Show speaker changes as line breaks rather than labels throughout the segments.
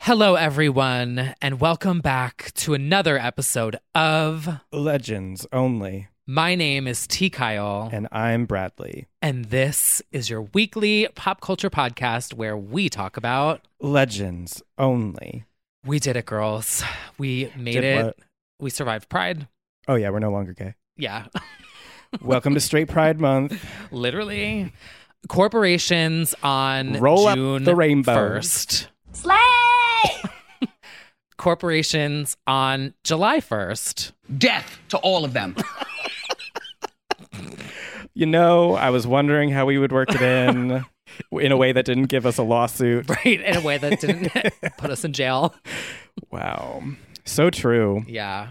Hello, everyone, and welcome back to another episode of
Legends only.
My Name is T. Kyle.
And I'm Bradley.
And this is your weekly pop culture podcast where we talk about.
Legends only.
We did it, girls. We made
Did
it.
what?
We survived Pride.
Oh, yeah, we're no longer gay.
Yeah,
Welcome to Straight Pride Month.
literally. Corporations on
Roll up
June
the rainbow.
1st.
Slay!
Corporations on July 1st.
Death to all of them.
You know, I was wondering how we would work it in in a way that didn't give us a lawsuit.
Right. In a way that didn't put us in jail.
Wow. So true.
Yeah.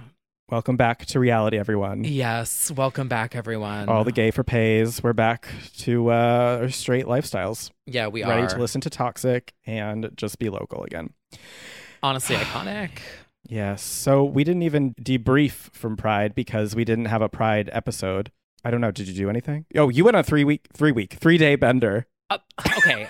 Welcome back to reality, everyone.
Yes. Welcome back, everyone.
All the gay for pays. We're back to uh, our straight lifestyles.
Yeah, we
Ready
are.
to listen to Toxic and just be local again.
Honestly, iconic.
Yes. So we didn't even debrief from Pride because we didn't have a Pride episode. I don't know. Did you do anything? Oh, you went on three week, three week, three day bender.
Uh, okay.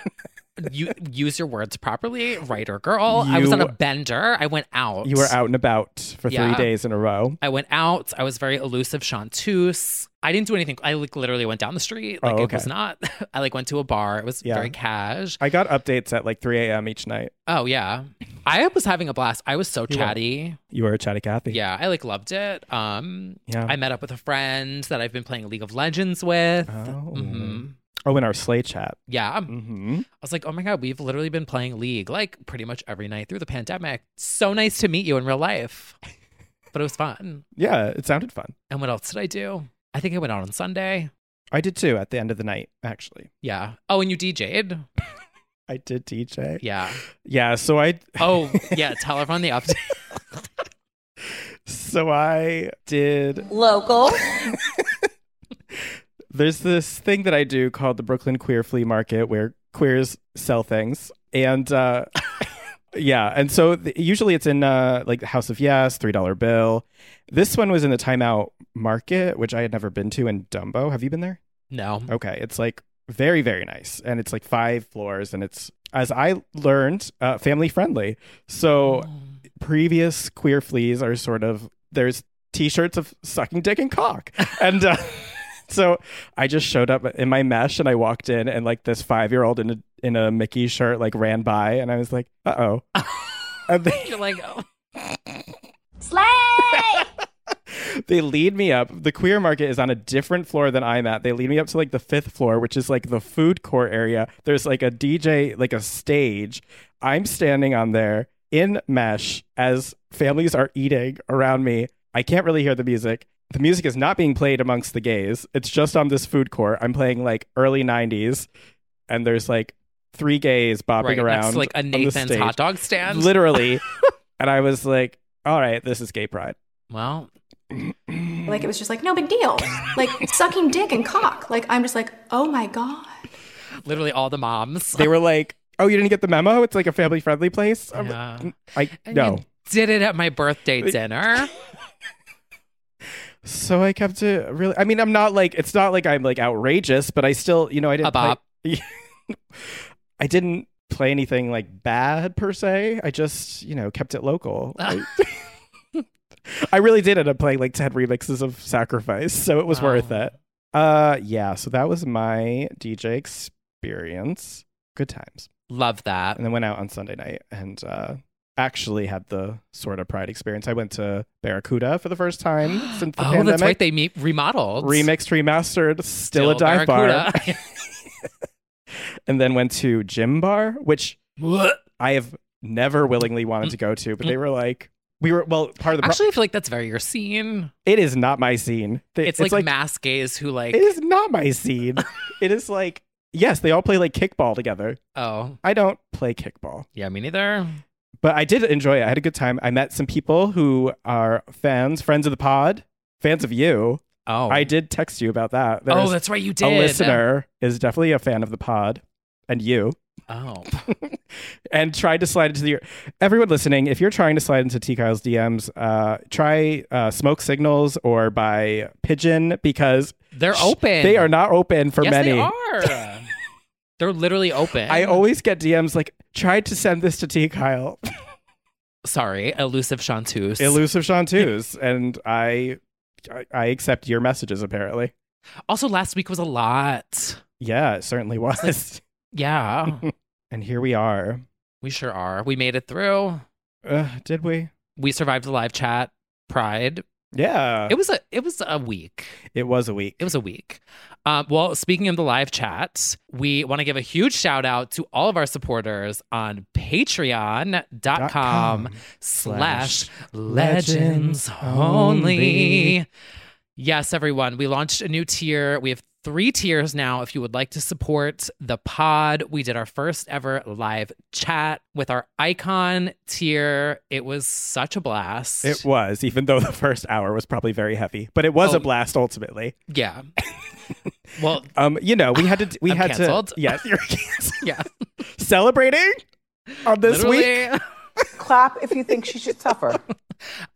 You use your words properly, writer girl. I
You-
was on a bender. I went out.
You were out and about for
Yeah.
three days in a row.
I went out. I was very elusive, chanteuse. I didn't do anything. I like literally went down the street. Like it
Oh, okay.
was not. I like went to a bar. It was
Yeah.
very cash.
I got updates at like 3 a.m. each night.
Oh yeah, I was having a blast. I was so
You were.
chatty.
You were a chatty Cathy.
Yeah, I like loved it. Um,
Yeah.
I met up with a friend that I've been playing League of Legends with.
Oh.
hmm
Oh, in our sleigh chat.
Yeah, I
Mm-hmm.
was like, oh my god, we've literally been playing League like pretty much every night through the pandemic. So nice to meet you in real life, but it was fun.
Yeah, it sounded fun.
And what else did I do? I think I went out on Sunday.
I did too at the end of the night, actually.
Yeah. Oh, and you DJ'd.
I did DJ.
Yeah.
Yeah. So I,
Oh, yeah. Tell everyone the update.
so I did
Local.
there's this thing that I do called the Brooklyn Queer Flea Market where queers sell things. And uh, yeah, and so th- usually it's in uh, like the House of Yes, $3 bill. This one was in the Timeout Market, which I had never been to in Dumbo. Have you been there?
No.
Okay. It's like very, very nice. And it's like five floors and it's, as I learned, uh, family friendly. So previous queer fleas are sort of there's t-shirts of sucking dick and cock and uh, so i just showed up in my mesh and i walked in and like this five-year-old in a in a mickey shirt like ran by and i was like uh-oh and they,
You're like, oh.
Slay!
they lead me up the queer market is on a different floor than i'm at they lead me up to like the fifth floor which is like the food court area there's like a dj like a stage i'm standing on there in mesh as families are eating around me i can't really hear the music the music is not being played amongst the gays it's just on this food court i'm playing like early 90s and there's like three gays bopping
right.
around
That's like a
on the
Nathan's
stage.
hot dog stand.
literally and i was like all right this is gay pride
well,
Like it was just like no big deal. Like sucking dick and cock. Like I'm just like, oh my god.
literally all the moms.
they were like, Oh, you didn't get the memo? It's like a family friendly place. I'm-
Yeah.
I
And
no.
You did it at my birthday dinner.
So I kept it really. I mean, I'm not like it's not like I'm like outrageous, but I still, you know, I didn't.
A bop.
Play, I didn't play anything like bad per se. I just, you know, kept it local. I, I really did end up playing like ten remixes of Sacrifice, so it was
Wow.
worth it. Uh, yeah. So that was my DJ experience. Good times.
Love that.
And then went out on Sunday night and uh, actually had the sort of pride experience. I went to Barracuda for the first time since the
oh,
pandemic
that's right. They me- remodeled.
remixed, remastered, still, a dive bar, and then went to Gym Bar, which
bar.
I have never willingly wanted to go to, but they were like, we were well. Part of the pro-
Mm. Actually, I feel like that's very your scene.
it is not my scene. They-
It's, like, mass gays who like.
it is not my scene. it is like yes, they all play like kickball together.
Oh,
I don't play kickball,
yeah, me neither.
but I did enjoy it. I had a good time. I met some people who are fans, friends of the pod, fans of you.
Oh,
I did text you about that. There
Oh,
was-
that's right. You did.
a listener is definitely a fan of the pod and you
Oh,
and tried to slide into the everyone listening if you're trying to slide into t kyle's dms uh try uh smoke signals or by pigeon because
they're
sh-
open.
they are not open for
yes,
many
They are. they're literally open.
i always get dms like tried to send this to t kyle
sorry, elusive chanteuse.
elusive chanteuse and i I- I accept your messages apparently.
also, last week was a lot.
Yeah, it certainly was.
Yeah,
And here we are.
we sure are. We made it through.
Uh, did we?
We survived the live chat. Pride.
Yeah.
It was a. It was a week.
It was a week.
It was a week. Um, well, speaking of the live chat, we want to give a huge shout out to all of our supporters on
Dot
patreon.com
com.
slash
slash
legends
legends
only.
only.
Yes, everyone, we launched a new tier. We have three tiers now. If you would like to support the pod, we did our first ever live chat with our icon tier. It was such a blast.
It was, even though the first hour was probably very heavy, but it was
Oh.
a blast ultimately.
yeah. well,
Um, you know, we had to, we
I'm
had
canceled.
to, yes, you're canceled.
yeah.
celebrating on this week.
Literally.
Clap if you think she should suffer.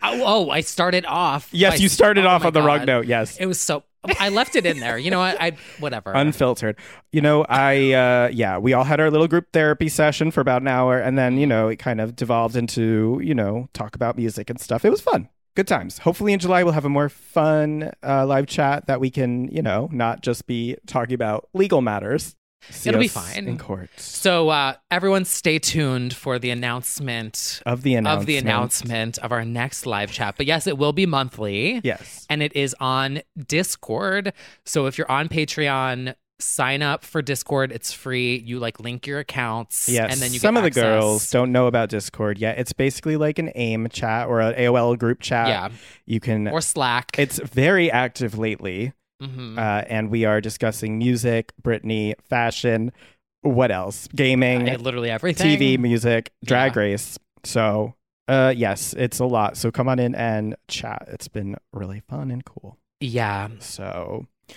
Oh, oh, I started off.
Yes,
I-
you started
oh
off
my
on the wrong
God.
note. Yes,
It was so. I left it in there. You know what? I whatever.
unfiltered. You know, I, uh, yeah, we all had our little group therapy session for about an hour, and then you know, it kind of devolved into you know, talk about music and stuff. It was fun. Good times. Hopefully in July we'll have a more fun uh, live chat that we can, you know, not just be talking about legal matters. See
It'll be
us
fine.
in court.
so uh, everyone, stay tuned for the announcement
of the announcement.
of the announcement of our next live chat. But yes, it will be monthly.
Yes.
and it is on Discord. So if you're on Patreon, sign up for Discord. It's free. You like link your accounts.
Yes.
and then you
some
get
of the girls
access.
don't know about Discord yet. It's basically like an AIM chat or an AOL group chat.
Yeah,
You can.
or Slack.
it's very active lately,
Mhm.
uh, and we are discussing music, Britney, fashion, what else? Gaming,
Uh, literally everything.
TV, music, Drag
Yeah.
Race. So, uh, yes, it's a lot. So come on in and chat. It's been really fun and cool.
Yeah.
So,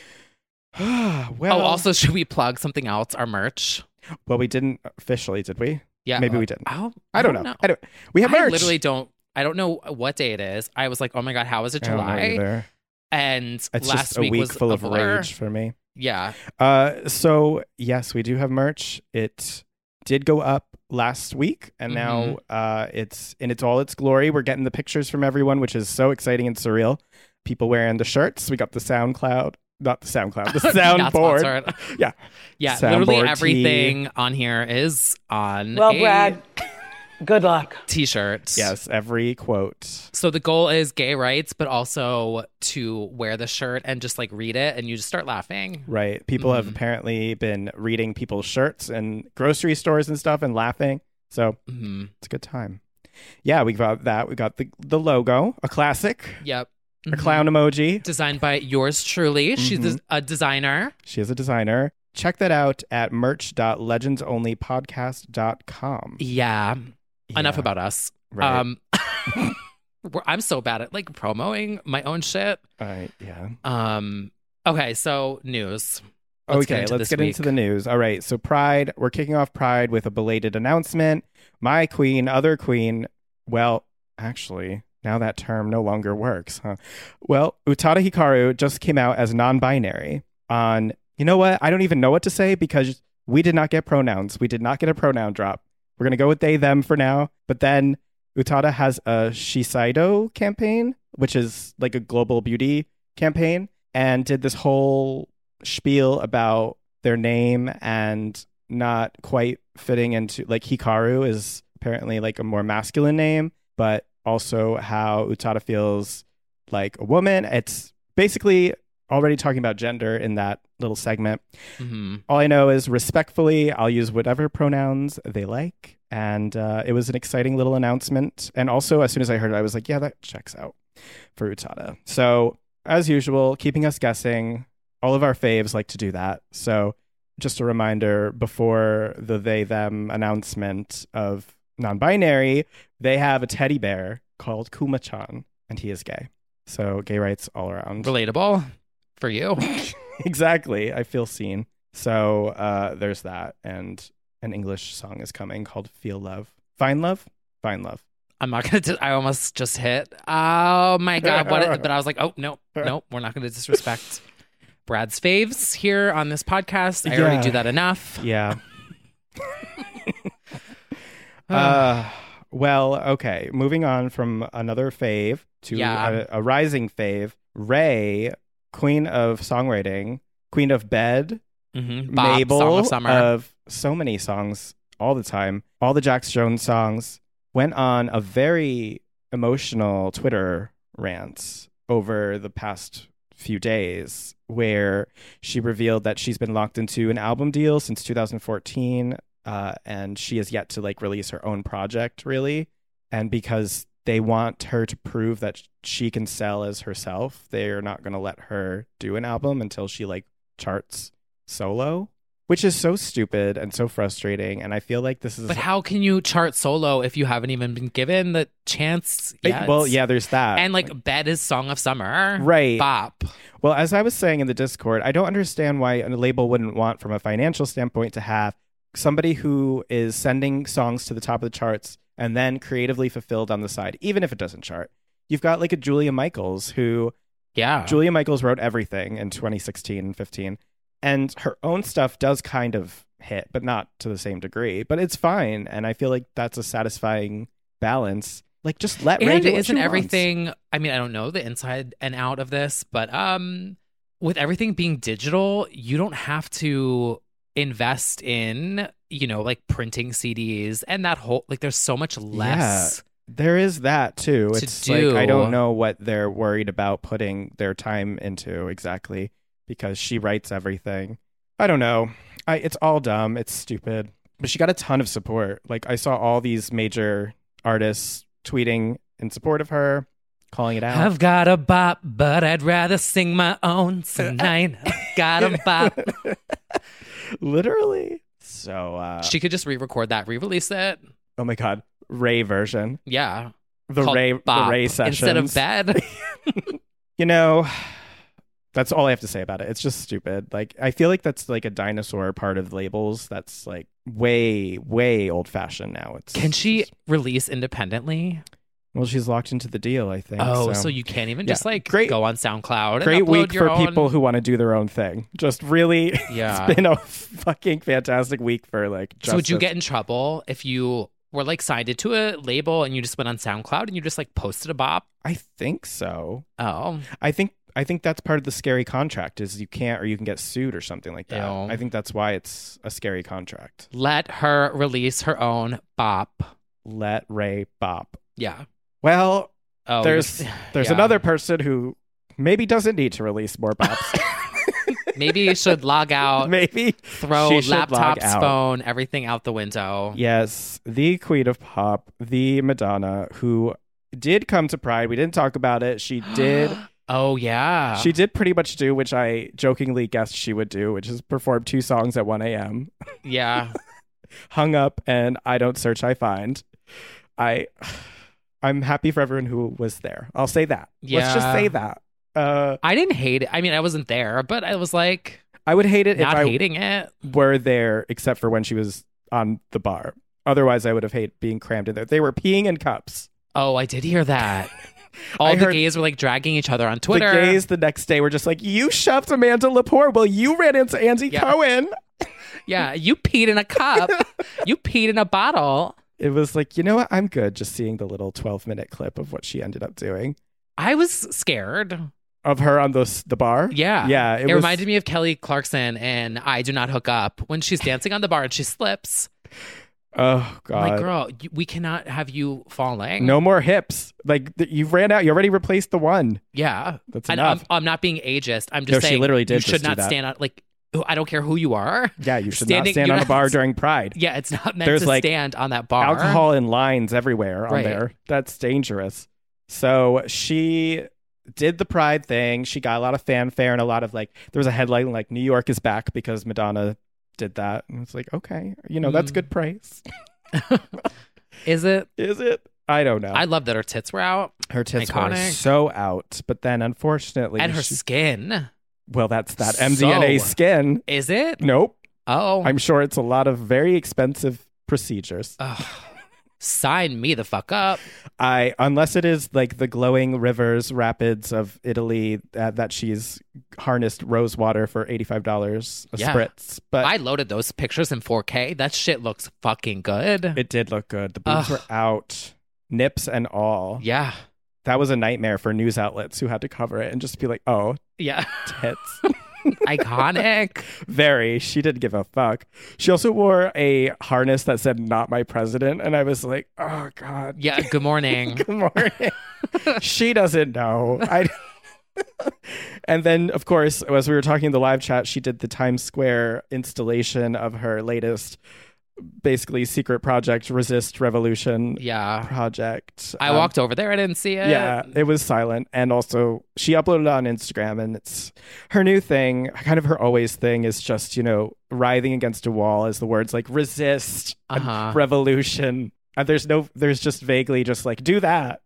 well,
oh, also, should we plug something else? Our merch.
well, we didn't officially, did we?
Yeah.
Maybe we didn't.
Oh,
I don't, know. I don't. We have
I
merch.
literally don't. I don't know what day it is. I was like, oh my god, how is it
I don't know
July?
either.
And last
It's just a
week
week
was
full
a
of
blur.
rage for me.
Yeah.
Uh, so yes, we do have merch. It did go up last week, and now uh, it's in its all its glory. We're getting the pictures from everyone, which is so exciting and surreal. People wearing the shirts. We got the SoundCloud, not the SoundCloud, the
Not
soundboard.
sponsored.
yeah,
Yeah.
Soundboard
literally
tee.
everything on here is on
Well,
a
Brad, good luck.
t-shirt.
yes, every quote.
So the goal is gay rights, but also to wear the shirt and just like read it, and you just start laughing.
Right. People have
Mhm.
apparently been reading people's shirts in grocery stores and stuff and laughing. So
hmm
It's a good time. Yeah, we got that. We got the the logo, a classic,
Yep.
a
Mhm.
clown Mm-hmm. emoji.
Designed by yours truly. She's a a designer.
She is a designer. Check that out at merch.legendsonlypodcast.com.
Yeah. Enough
Yeah,
about us.
right.
Um, we're- I'm so bad at like promoting my own shit.
I- yeah.
Um, okay, so news. Let's
okay,
get into
let's
this
get into
week.
the news. All right, so Pride, we're kicking off Pride with a belated announcement. My queen, other queen, well, actually, now that term no longer works, huh? Well, Utada Hikaru just came out as non binary on, you know what? I don't even know what to say because we did not get pronouns. We did not get a pronoun drop. We're going to go with they, them for now. But then Utada has a Shiseido campaign, which is like a global beauty campaign, and did this whole spiel about their name and not quite fitting into like Hikaru is apparently like a more masculine name, but also how Utada feels like a woman. It's basically already talking about gender in that little segment.
Mhm.
All I know is respectfully, I'll use whatever pronouns they like. And uh, it was an exciting little announcement. And also, as soon as I heard it, I was like, yeah, that checks out for Utada. So, as usual, keeping us guessing, all of our faves like to do that. So, just a reminder before the they them announcement of non binary, they have a teddy bear called Kuma chan, and he is gay. So, gay rights all around
Relatable for you.
exactly. I feel seen. So uh, there's that, and an English song is coming called "Feel Love." Find love, find love.
I'm not gonna. Dis- I almost just hit. Oh my god! What? but I was like, oh no, no, we're not gonna disrespect Brad's faves here on this podcast. I
Yeah.
already do that enough.
Yeah. uh, well, okay. Moving on from another fave to
Yeah.
a, a rising fave, Ray, queen of songwriting, queen of bed,
Mm-hmm. Bob,
Mabel uh,
Song of Summer.
of so many songs all the time, all the Jax Jones songs, went on a very emotional Twitter rant over the past few days where she revealed that she's been locked into an album deal since 2014 uh, and she has yet to like release her own project really and because they want her to prove that she can sell as herself they're not going to let her do an album until she like charts solo which is so stupid and so frustrating and i feel like this is
but how can you chart solo if you haven't even been given the chance? Yet?
well yeah there's that
And like, bed is Song of Summer.
Right.
Bop.
Well, as I was saying in the Discord, I don't understand why a label wouldn't want, from a financial standpoint, to have somebody who is sending songs to the top of the charts and then creatively fulfilled on the side, even if it doesn't chart. You've got like a Julia Michaels who
Yeah.
Julia Michaels wrote everything in 2016 and 15, and her own stuff does kind of hit, but not to the same degree. But it's fine, and I feel like that's a satisfying balance. Like just let Ray
and
do what she
isn't
wants.
everything i mean i don't know the inside and out of this but um with everything being digital you don't have to invest in you know like printing cds and that whole like there's so much less
There is that too.
to
It's like I don't
do.
know what they're worried about putting their time into exactly because she writes everything. I don't know. I it's all dumb. It's stupid. But she got a ton of support. Like I saw all these major artists tweeting in support of her, calling it out.
I've got a bop, but I'd rather sing my own tonight. I've got a bop.
Literally. So uh
She could just re-record that, re-release it.
oh my god, Ray version.
Yeah,
The
Called
Ray the
Bop
Ray sessions.
instead of bed.
you know that's all i have to say about it it's just stupid like i feel like that's like a dinosaur part of labels that's like way way old fashioned now it's
Can she release independently?
well she's locked into the deal i think
Oh,
so,
so you can't even
Yeah.
just like
Great-
go on SoundCloud.
great
and upload
week
your
for
own-
people who want to do their own thing just really
Yeah.
it's been a fucking fantastic week for like
So would you
justice.
get in trouble if you were like signed into a label and you just went on SoundCloud and you just like posted a bop?
i think so
Oh,
i think i think that's part of the scary contract is you can't or you can get sued or something like that
Ew.
i think that's why it's a scary contract
let her release her own bop.
let ray bop
Yeah.
well
Oh,
there's
you're-
there's
yeah.
another person who maybe doesn't need to release more pops.
Maybe you should log out,
maybe
throw
she should log
laptops,
out.
phone, everything out the window.
Yes, the queen of pop, the Madonna, who did come to Pride. We didn't talk about it. She did.
Oh yeah.
she did pretty much do which I jokingly guessed she would do, which is perform two songs at 1 a.m.
yeah.
Hung up and I don't search, I find. I. I'm happy for everyone who was there. I'll say that. Let's just
Yeah.
say that. Uh,
I didn't hate it. I mean, I wasn't there, but I was like,
I would hate it
Not
if I
hating it.
were there except for when she was on the bar. Otherwise, I would have hated being crammed in there. They were peeing in cups.
Oh, I did hear that. All
I
the
heard-
gays were like dragging each other on Twitter.
The gays the next day were just like, "You shoved Amanda Lepore. Well, you ran into Andy
Yeah.
Cohen."
Yeah, you peed in a cup. you peed in a bottle.
It was like, you know what? I'm good. Just seeing the little 12 minute clip of what she ended up doing
I was scared.
of her on the s- the bar.
Yeah.
yeah.
It,
was-
reminded me of Kelly Clarkson and I Do Not Hook Up when she's dancing on the bar and she slips.
Oh
I'm
god.
like, girl, you, we cannot have you falling.
no more hips. Like th- you ran out. You already replaced the one.
Yeah.
That's
And
enough.
I'm, I'm not being ageist. I'm just
No, she
saying
literally did
you
just
should
do
not
that.
stand on, like, I don't care who you are.
yeah, you should
standing-
not stand
you're
on a
not-
bar during Pride.
Yeah, it's not meant
There's,
to
like,
stand on that bar.
alcohol in lines everywhere on
Right.
there. That's dangerous. So she did the pride thing. She got a lot of fanfare and a lot of like there was a headline like New York is back because Madonna did that. And it's like, okay, you know, that's
Mm.
good praise.
Is it?
Is it? I don't know.
I love that her tits were out
her tits were
iconic.
so out, but then unfortunately
and her
she-
skin.
well, that's that MDNA
So-
skin.
Is it?
Nope.
Oh.
I'm sure it's a lot of very expensive procedures.
Ugh. Sign me the fuck up.
I unless it is like the glowing rivers rapids of Italy uh, that she's harnessed rose water for eighty five dollars a
Yeah.
spritz, but
I loaded those pictures in 4K. That shit looks fucking good.
it did look good. The boobs
Ugh.
were out, nips and all.
yeah.
That was a nightmare for news outlets who had to cover it and just be like, "Oh,
Yeah.
tits."
Iconic.
Very. She didn't give a fuck. She also wore a harness that said "Not my president," and I was like, "Oh God."
Yeah. Good morning.
Good morning. she doesn't know. I. and then, of course, as we were talking in the live chat, she did the Times Square installation of her latest, basically secret project, Resist Revolution
Yeah.
project.
I
Um,
walked over there. I didn't see it.
Yeah, it was silent, and also she uploaded it on Instagram, and it's her new thing. Kind of her always thing is just you know writhing against a wall as the words like resist and
Uh-huh.
revolution. And there's no, there's just vaguely just like do that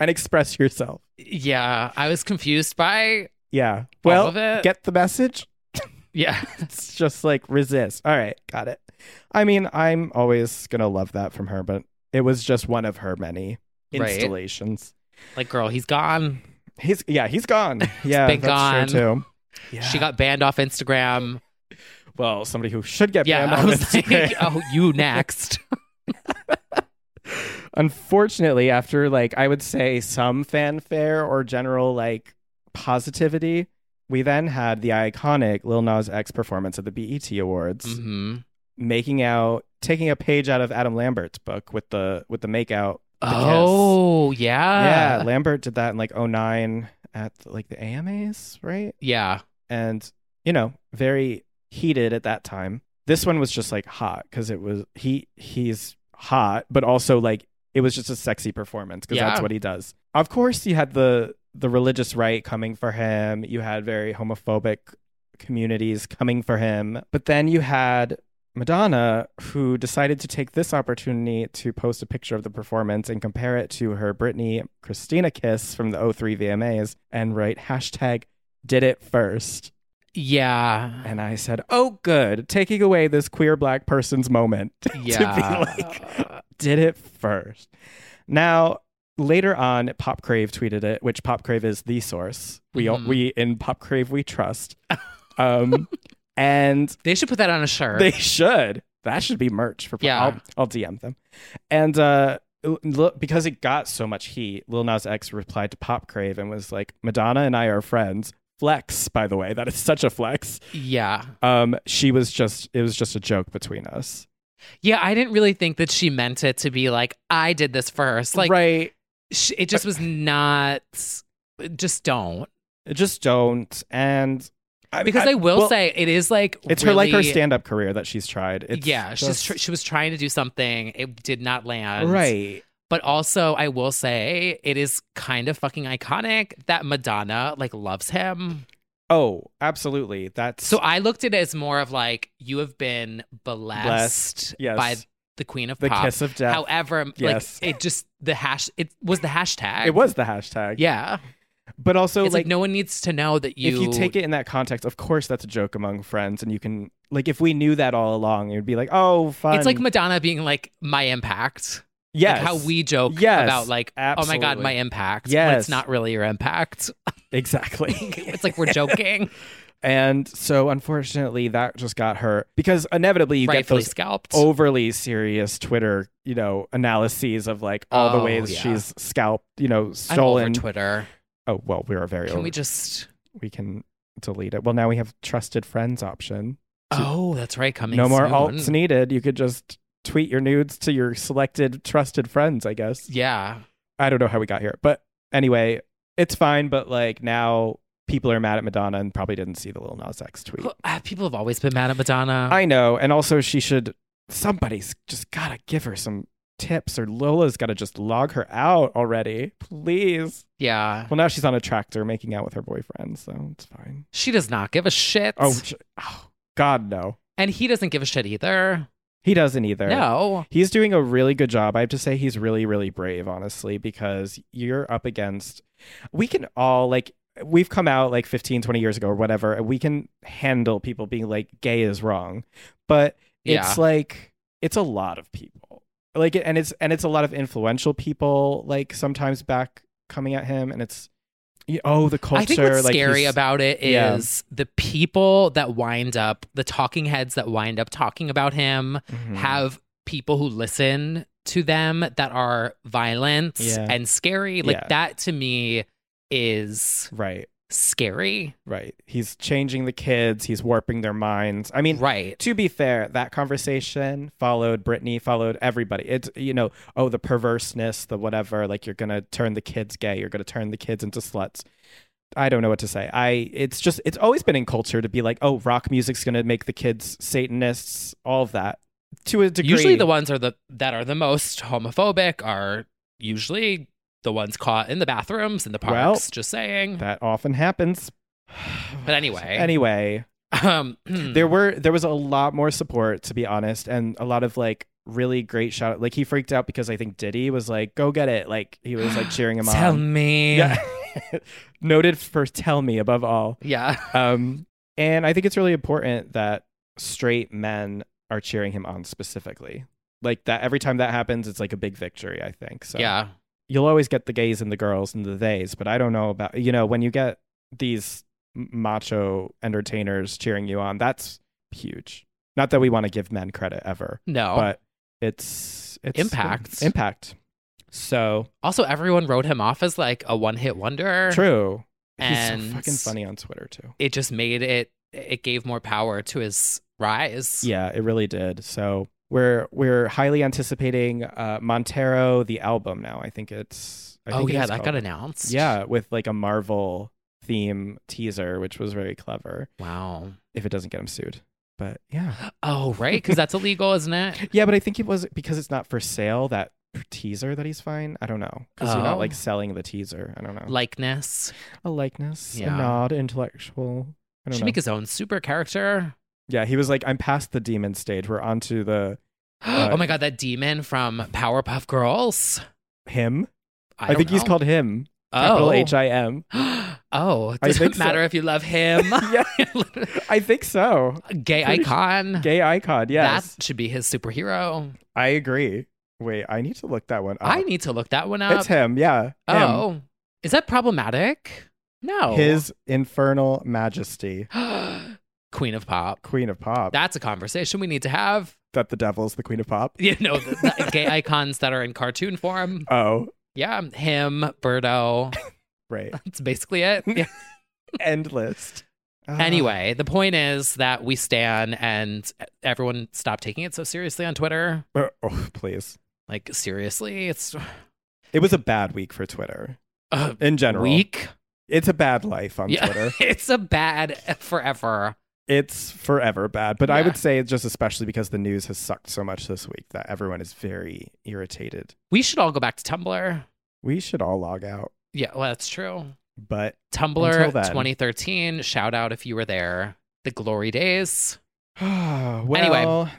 and express yourself.
Yeah. I was confused by.
Yeah. Well,
of it?
get the message.
Yeah.
It's just like resist. All right, got it. I mean, I'm always gonna love that from her, but it was just one of her many
Right.
installations.
Like, girl, he's gone.
He's yeah, he's gone. Yeah,
been
that's true too.
She got banned off Instagram.
well, somebody who should get
Yeah.
banned
I
on
was
Instagram.
like, oh, you next.
Unfortunately, after like I would say some fanfare or general like positivity, we then had the iconic Lil Nas X performance at the BET Awards,
hmm
making out taking a page out of Adam Lambert's book with the with the makeout. the kiss.
Oh, yeah.
yeah, Lambert did that in like 09 at like the AMAs, right?
Yeah.
and you know very heated at that time this one was just like hot because it was he he's hot but also like it was just a sexy performance because that's
Yeah.
what he does of course you had the the religious right coming for him you had very homophobic communities coming for him but then you had Madonna, who decided to take this opportunity to post a picture of the performance and compare it to her Britney Christina kiss from the 03 VMAs and write hashtag did it first.
Yeah.
And I said, Oh, good. Taking away this queer black person's moment.
Yeah.
To be like, did it first. Now, later on, Pop Crave tweeted it, which Pop Crave is the source. We, all
Mhm.
we in Pop Crave, we trust. Um, and
They should put that on a shirt.
they should. That should be merch for.
Yeah.
I'll, I'll DM them. And uh, look, because it got so much heat, Lil Nas X replied to Pop Crave and was like, "Madonna and I are friends." Flex, by the way, that is such a flex.
yeah.
Um, she was just it was just a joke between us.
Yeah, I didn't really think that she meant it to be like I did this first. Like
right.
sh- it just was not. Just don't
Just don't. And I,
because
I,
I, will
well,
say it is like
it's her like her
really-
stand up career that she's tried. It's
yeah, she's
just-
tr- she was trying to do something. It did not land.
right.
But also, I will say it is kind of fucking iconic that Madonna like loves him.
Oh, absolutely. That's
So I looked at it as more of like you have been blessed,
Blessed, yes.
by the Queen of
the
Pop.
kiss of death.
However,
Yes.
like it just the hash it was the hashtag.
it was the hashtag.
Yeah.
But also,
it's like,
like,
no one needs to know that you.
if you take it in that context, of course, that's a joke among friends, and you can like if we knew that all along, it would be like, oh, fun.
it's like Madonna being like my impact.
yes,
Like how we joke
Yes,
about like, oh my god,
absolutely.
my impact. When
Yes.
it's not really your impact.
exactly.
it's like we're joking,
and so, unfortunately, that just got her because inevitably you get
rightfully
those
scalped.
overly serious Twitter, you know, analyses of like all the
Oh,
ways
yeah.
she's scalped, you know,
I'm over
stolen.
Twitter.
oh well, we are very.
Can
over-
we just?
we can delete it. Well, now we have trusted friends option.
Oh, that's right. Coming.
no more
soon.
alts needed. You could just tweet your nudes to your selected trusted friends, I guess.
Yeah.
I don't know how we got here, but anyway, it's fine. But like now, people are mad at Madonna and probably didn't see the Lil Nas X tweet.
Ah, People have always been mad at Madonna.
I know, and also she should. Somebody's just gotta give her some tips, or Lola's gotta just log her out already, please.
yeah.
Well, now she's on a tractor making out with her boyfriend, so it's fine.
She does not give a shit.
Oh, sh- oh God, no,
And he doesn't give a shit either.
he doesn't either.
No.
He's doing a really good job. I have to say he's really, really brave, honestly, because you're up against we can all like we've come out like 15, 20 years ago or whatever, and we can handle people being like gay is wrong. But
Yeah.
it's like it's a lot of people. Like and it's and it's a lot of influential people like sometimes back coming at him and it's y- oh the culture
I think what's
like
scary
he's-
about it
Yeah.
is the people that wind up, the talking heads that wind up talking about him
Mhm.
have people who listen to them that are violent
Yeah.
and scary. Like
Yeah.
that to me is
right
scary.
right he's changing the kids he's warping their minds i mean
right.
to be fair, that conversation followed Britney, followed everybody. It's you know, oh the perverseness, the whatever, like you're gonna turn the kids gay, you're gonna turn the kids into sluts. I don't know what to say. I it's just it's always been in culture to be like, oh, rock music's gonna make the kids Satanists, all of that. To a degree.
Usually the ones are the that are the most homophobic are usually the ones caught in the bathrooms in the parks,
Well,
just saying.
that often happens.
but anyway.
Anyway.
um
there were there was a lot more support to be honest and a lot of like really great shout like he freaked out because i think diddy was like go get it like he was like cheering him
Tell
on
me.
yeah noted for tell me above all
Yeah.
um and i think it's really important that straight men are cheering him on specifically like that every time that happens it's like a big victory i think so
Yeah.
you'll always get the gays and the girls and the theys, but I don't know about you know when you get these m- macho entertainers cheering you on, that's huge. Not that we want to give men credit ever,
No.
but it's it's
Impact.
impact. So
also, everyone wrote him off as like a one hit wonder.
true. He's
And-
so fucking funny on Twitter too.
It just made it, it gave more power to his rise.
Yeah, it really did. So we're we're highly anticipating uh, Montero the album now. I think it's. I
Oh,
think it
yeah.
is
That
called-
got announced.
Yeah, with like a Marvel theme teaser, which was very clever.
Wow.
if it doesn't get him sued. But yeah.
Oh, right. Because that's illegal, isn't it?
Yeah, but I think it was because it's not for sale that teaser that he's fine. I don't know. Because you're
Oh.
not like selling the teaser. I don't know.
Likeness.
a likeness,
Yeah.
a nod, intellectual. I don't
Should
know.
make his own super character.
yeah, he was like, I'm past the demon stage. We're on to the Uh,
oh my God. That demon from Powerpuff Girls.
him.
I,
I,
don't
think he's
know.
called him.
oh.
Capital H I M.
oh. It
I
doesn't
think so.
matter if you love him.
Yeah. I think so.
Gay
Pretty-
icon.
Gay icon, yes.
That should be his superhero.
I agree. Wait, I need to look that one up.
I need to look that one up.
Oh. it's him, yeah. him.
Oh, is that problematic? No.
His infernal majesty,
Queen of Pop.
Queen of Pop.
That's a conversation we need to have.
that the devil's the Queen of Pop.
You know, the, the gay icons that are in cartoon form.
Oh,
Yeah, him, Birdo.
right.
That's basically it. Yeah.
Endless. Ah.
Anyway, the point is that we stand and everyone stop taking it so seriously on Twitter.
Oh, oh, please.
Like seriously, it's
It was a bad week for Twitter
uh,
in general.
weak.
It's a bad life on
Yeah,
Twitter.
it's a bad forever.
It's forever bad. But I
Yeah.
would say it's just especially because the news has sucked so much this week that everyone is very irritated.
We should all go back to Tumblr.
We should all log out.
Yeah, well, that's true.
But
Tumblr
Until then.
2013. Shout out if you were there. The glory days.
well,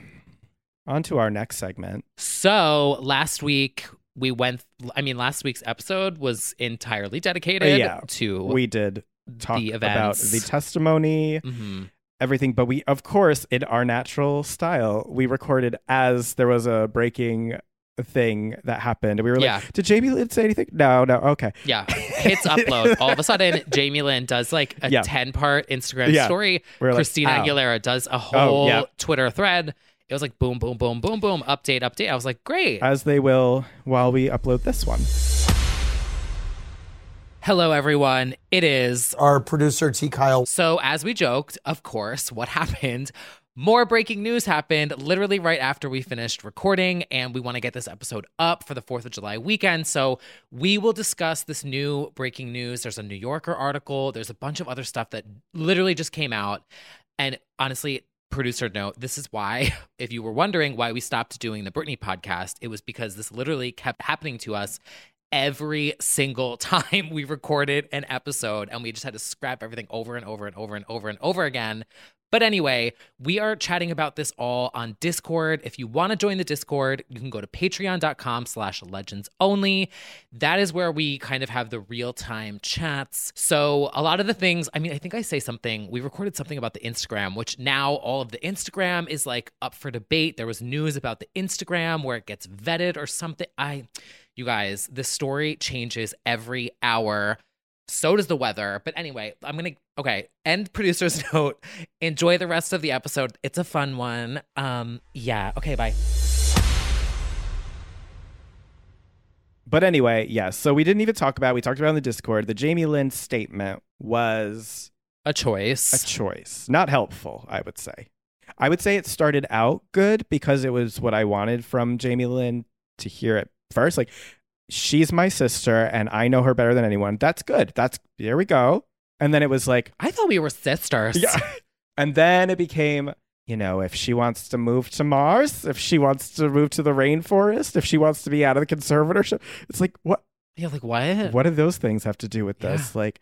on to our next segment.
So last week we went I mean last week's episode was entirely dedicated
Uh, yeah,
to
we did talk
the
about
events.
the testimony,
Mhm.
everything. But we, of course, in our natural style, we recorded as there was a breaking thing that happened. We were like,
Yeah.
"Did Jamie Lynn say anything?" No, no. Okay,
Yeah, hits upload. All of a sudden, Jamie Lynn does like a
Yeah.
10 part Instagram
Yeah.
story.
We're like,
Christina
ow. Oh,
Aguilera does a whole
yeah.
Twitter thread. It was like boom, boom, boom, boom, boom, update, update. I was like, great.
as they will while we upload this one.
Hello, everyone. It is.
Our producer, T. Kyle.
So, as we joked, of course, what happened? More breaking news happened literally right after we finished recording, and we want to get this episode up for the 4th of July weekend. So, we will discuss this new breaking news. There's a New Yorker article, there's a bunch of other stuff that literally just came out. And honestly, producer note this is why if you were wondering why we stopped doing the Britney podcast it was because this literally kept happening to us every single time we recorded an episode and we just had to scrap everything over and over and over and over and over again but anyway we are chatting about this all on discord if you want to join the discord you can go to patreon.com slash legends only that is where we kind of have the real time chats so a lot of the things i mean i think i say something we recorded something about the instagram which now all of the instagram is like up for debate there was news about the instagram where it gets vetted or something i you guys, the story changes every hour. So does the weather. But anyway, I'm going to, okay, end producer's note. Enjoy the rest of the episode. It's a fun one. Um, yeah. Okay, bye.
But anyway, yes. So we didn't even talk about. We talked about in the Discord. The Jamie Lynn statement was
A
a
choice.
choice, not helpful. I would say. I would say it started out good because it was what I wanted from Jamie Lynn to hear at first. Like, she's my sister, and I know her better than anyone. That's good. That's here we go. And then it was like,
I thought we were sisters.
Yeah. And then it became, you know, if she wants to move to Mars, if she wants to move to the rainforest, if she wants to be out of the conservatorship, it's like, what
Yeah, like what?
what do those things have to do with this? Like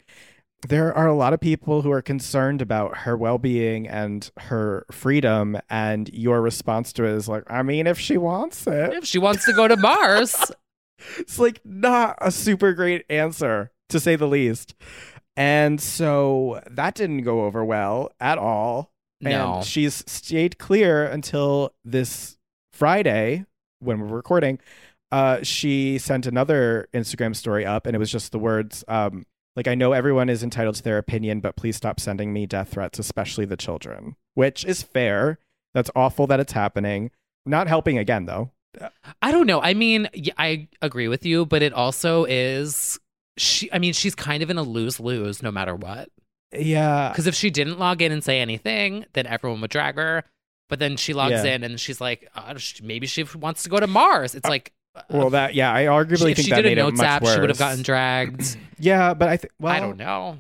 there are a lot of people who are concerned about her well-being and her freedom and your response to it is like, I mean, if she wants it.
If she wants to go to Mars.
It's like not a super great answer to say the least. And so that didn't go over well at all.
no.
And she's stayed clear until this Friday when we're recording. Uh, she sent another Instagram story up, and it was just the words um, like, I know everyone is entitled to their opinion, but please stop sending me death threats, especially the children, which is fair. That's awful that it's happening. Not helping again, though.
I don't know. I mean, y- I agree with you, but it also is. She, I mean, she's kind of in a lose lose no matter what.
Yeah.
Because if she didn't log in and say anything, then everyone would drag her. But then she logs
Yeah.
in and she's like, uh, sh- maybe she wants to go to Mars. It's like, uh,
Well, that, yeah, I arguably
she-
think
if she
that
did
made
a
it
notes
much
app,
worse.
she would have gotten dragged.
Yeah, but I think, well,
I don't know.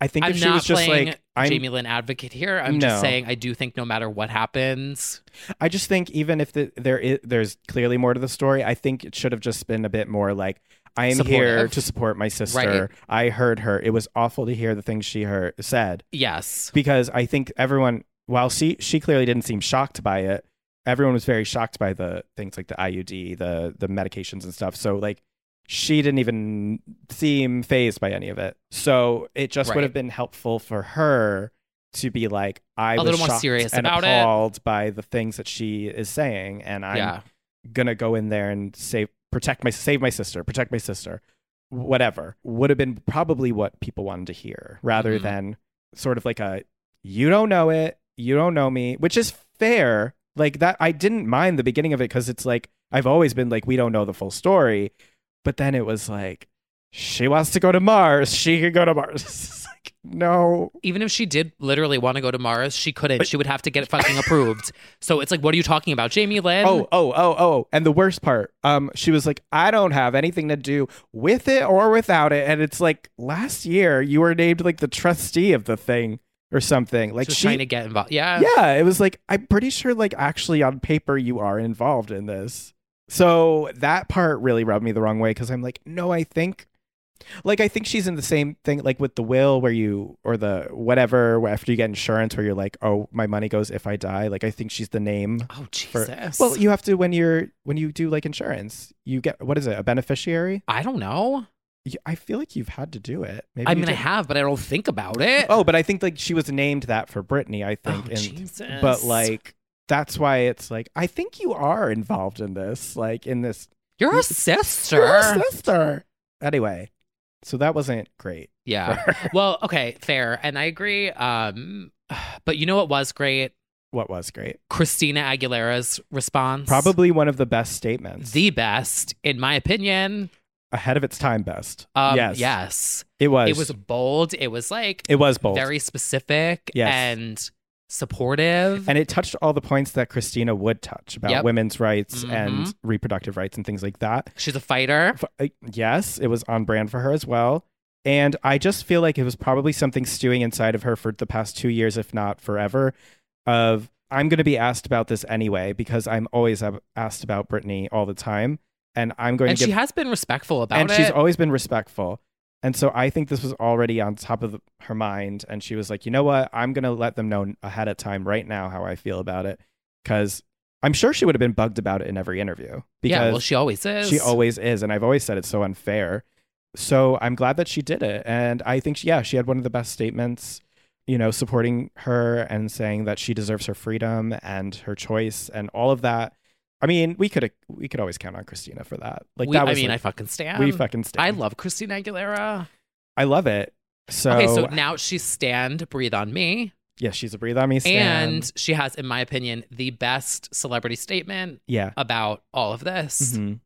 I think
I'm
if she
not
was just
playing
like, I'm
Jamie Lynn advocate here. I'm just
No.
saying I do think no matter what happens,
I just think even if the, there is there's clearly more to the story, I think it should have just been a bit more like I am here
Supportive.
to support my sister. I heard her. It was awful to hear the things she heard said
yes,
because I think everyone while she she clearly didn't seem shocked by it, everyone was very shocked by the things like the IUD, the the medications and stuff. So like she didn't even seem phased by any of it. So it just
Right.
would have been helpful for her to be like, I
A
was
little more
shocked
serious
and
about it.
appalled by the things that she is saying, and I'm
yeah,
gonna go in there and save, protect my, save my sister, protect my sister, whatever. Would have been probably what people wanted to hear, rather
Mhm.
than sort of like a, you don't know it, you don't know me, which is fair. Like that, I didn't mind the beginning of it because it's like I've always been like, we don't know the full story, but then it was like, she wants to go to Mars, she can go to Mars. It's like, no,
even if she did literally want to go to Mars, she couldn't. She would have to get it fucking approved. So it's like, what are you talking about, Jamie Lynn?
Oh, oh, oh, oh. And the worst part, um, she was like, I don't have anything to do with it or without it. And it's like last year you were named like the trustee of the thing or something. Like
she was
she,
trying to get involved. Yeah,
yeah, it was like I'm pretty sure like actually on paper you are involved in this. So that part really rubbed me the wrong way because I'm like, no, I think Like I think she's in the same thing like with the will where you or the whatever where after you get insurance where you're like, "Oh, my money goes if I die." Like I think she's the name.
Oh
for-
Jesus.
well, you have to when you're when you do like insurance, you get what is it? A beneficiary?
I don't know.
You- I feel like you've had to do it. Maybe
I
you
mean, I
didn't.
have, but I don't think about it.
Oh, but I think like she was named that for Brittany, I
Oh,
think. and,
Jesus.
but like that's why it's like I think you are involved in this, like in this
you're a
You're a
sister.
sister. Anyway, so that wasn't great.
Yeah. well, okay, fair, and I agree. Um, but you know what was great?
What was great?
Christina Aguilera's response.
Probably one of the best statements.
the best, in my opinion.
ahead of its time best.
Um,
yes.
yes.
It was.
It was bold. It was like
It was bold.
very specific
Yes.
and supportive.
and it touched all the points that Christina would touch about
Yep.
women's rights
Mhm.
and reproductive rights and things like that.
She's a fighter.
F- uh, Yes, it was on brand for her as well. And I just feel like it was probably something stewing inside of her for the past two years, if not forever, of I'm going to be asked about this anyway because I'm always ab- asked about Brittany all the time. And I'm going
And
to
she
give
has been respectful about
and
it.
she's always been respectful and so i think this was already on top of her mind and she was like you know what i'm going to let them know ahead of time right now how i feel about it because i'm sure she would have been bugged about it in every interview because
yeah, well, she always is.
she always is and i've always said it's so unfair so i'm glad that she did it and i think she, yeah she had one of the best statements you know supporting her and saying that she deserves her freedom and her choice and all of that i mean we could we could always count on christina for that like
We-
that was
I mean,
like-
I fucking stand.
we fucking stand.
I love Christina Aguilera.
Um, I love it. So,
okay, so now she's stand, breathe on me,
yeah, she's a breathe on me stand.
and she has, in my opinion, the best celebrity statement
yeah.
about all of this.
Mhm.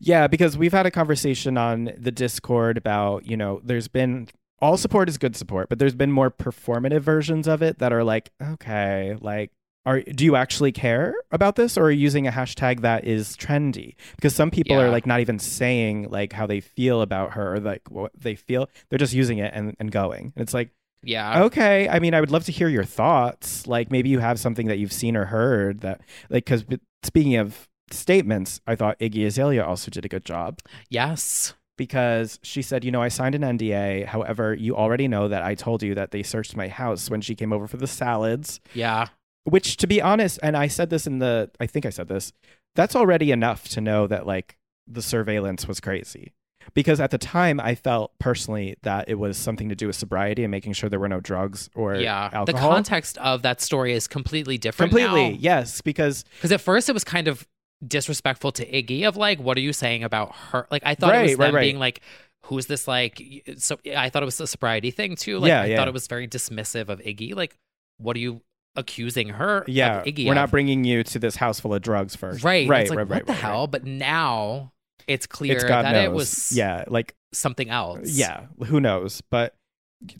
Yeah, because we've had a conversation on the Discord about, you know, there's been all support is good support, but there's been more performative versions of it that are like, okay, like are do you actually care about this or are you using a hashtag that is trendy? Because some people
Yeah.
are like not even saying like how they feel about her or like what they feel. They're just using it and, and going. And it's like
Yeah.
Okay. I mean, I would love to hear your thoughts. Like, maybe you have something that you've seen or heard that, like, because speaking of statements, I thought Iggy Azalea also did a good job
Yes.
because she said, you know, I signed an NDA. However, you already know that I told you that they searched my house when she came over for the salads,
Yeah.
which, to be honest, and I said this in the, I think I said this, that's already enough to know that, like, the surveillance was crazy. Because at the time, I felt personally that it was something to do with sobriety and making sure there were no drugs or
yeah.
alcohol.
The context of that story is completely different.
completely yes because
Because at first it was kind of disrespectful to Iggy of like, what are you saying about her? Like, I thought it was
Right,
them
right, right.
being like, who's this like? y- So I thought it was a sobriety thing too. Like,
Yeah,
I
yeah.
thought it was very dismissive of Iggy. Like, what are you accusing her? of
yeah
Iggy.
we're
of?
not bringing you to this house full of drugs first
right.
right
It's like,
right
what
right
the
right,
hell?
right.
But now it's clear
it's god
that
knows
it was
yeah like
something else.
yeah who knows but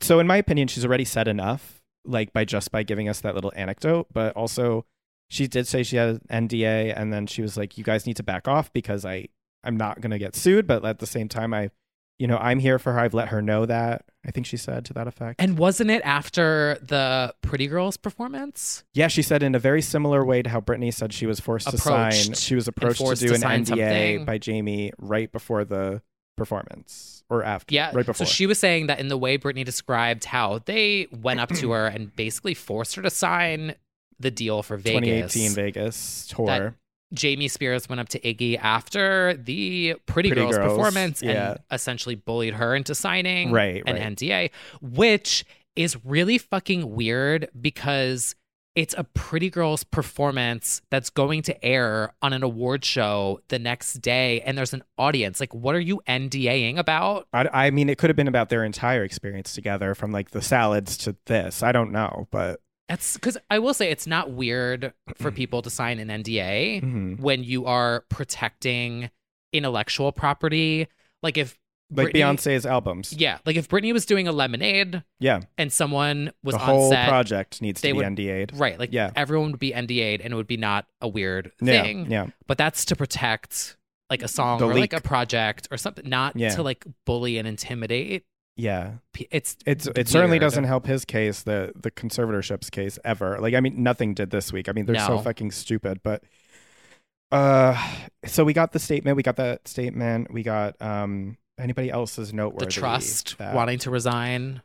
so in my opinion she's already said enough like by just by giving us that little anecdote but also she did say she had an nda and then she was like you guys need to back off because i i'm not going to get sued but at the same time i you know i'm here for her i've let her know that i think she said to that effect
And wasn't it after the Pretty Girls performance?
Yeah, she said in a very similar way to how Brittany said she was forced to sign.
Approached
She was
and
approached to
forced
do
to
an
sign
NDA
something.
by Jamie right before the performance or after.
Yeah.
right before.
So she was saying that in the way Brittany described how they went up to her and basically forced her to sign the deal for Vegas.
2018 Vegas tour.
That Jamie Spears went up to Iggy after the Pretty,
Pretty
Girls,
Girls,
performance
yeah.
and essentially bullied her into signing
Right,
an
right.
NDA, which is really fucking weird because it's a Pretty Girls performance that's going to air on an award show the next day and there's an audience. Like, what are you NDAing about?
I, I mean, it could have been about their entire experience together, from like the salads to this. I don't know, but
That's because I will say it's not weird for
Mm.
people to sign an NDA.
mhm.
when you are protecting intellectual property. Like if
like
Britney-
Beyonce's albums,
yeah, like if Britney was doing a lemonade
yeah,
and someone was
the
on
whole
set,
project needs
they
to be
would-
NDA'd.
right? Like
Yeah.
everyone would be NDA'd and it would be not a weird
Yeah,
thing.
yeah,
But that's to protect like a song
The
or like
leak.
a project or something, not
Yeah.
to like bully and intimidate.
yeah.
pe- It's
It's it certainly
weird.
doesn't help his case, the the conservatorship's case ever. Like I mean, nothing did this week. I mean, they're so
No.
fucking stupid. But uh, so we got the statement. We got that statement. We got um anybody else is noteworthy.
the trust
that-
wanting to resign.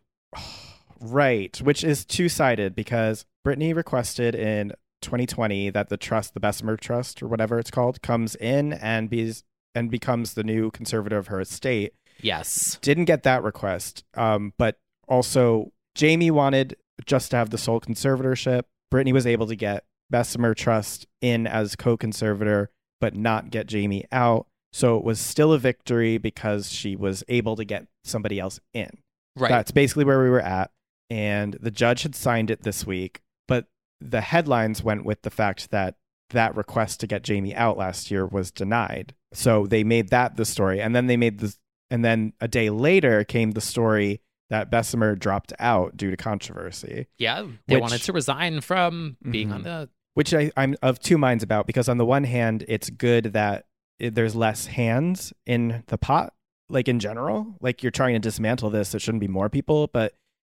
Right, which is two sided because Brittany requested in 2020 that the trust, the Bessemer Trust or whatever it's called, comes in and be and becomes the new conservator of her estate.
Yes.
Didn't get that request, um, but also Jamie wanted just to have the sole conservatorship. Brittany was able to get Bessemer Trust in as co-conservator, but not get Jamie out. So it was still a victory because she was able to get somebody else in.
Right.
That's basically where we were at. And the judge had signed it this week, but the headlines went with the fact that that request to get Jamie out last year was denied. So they made that the story. And then they made the, and then a day later came the story that Bessemer dropped out due to controversy,
yeah. They
Which-
wanted to resign from being on
Mhm.
the
which I, I'm of two minds about because, on the one hand, it's good that it- there's less hands in the pot, like in general. Like you're trying to dismantle this, there shouldn't be more people. But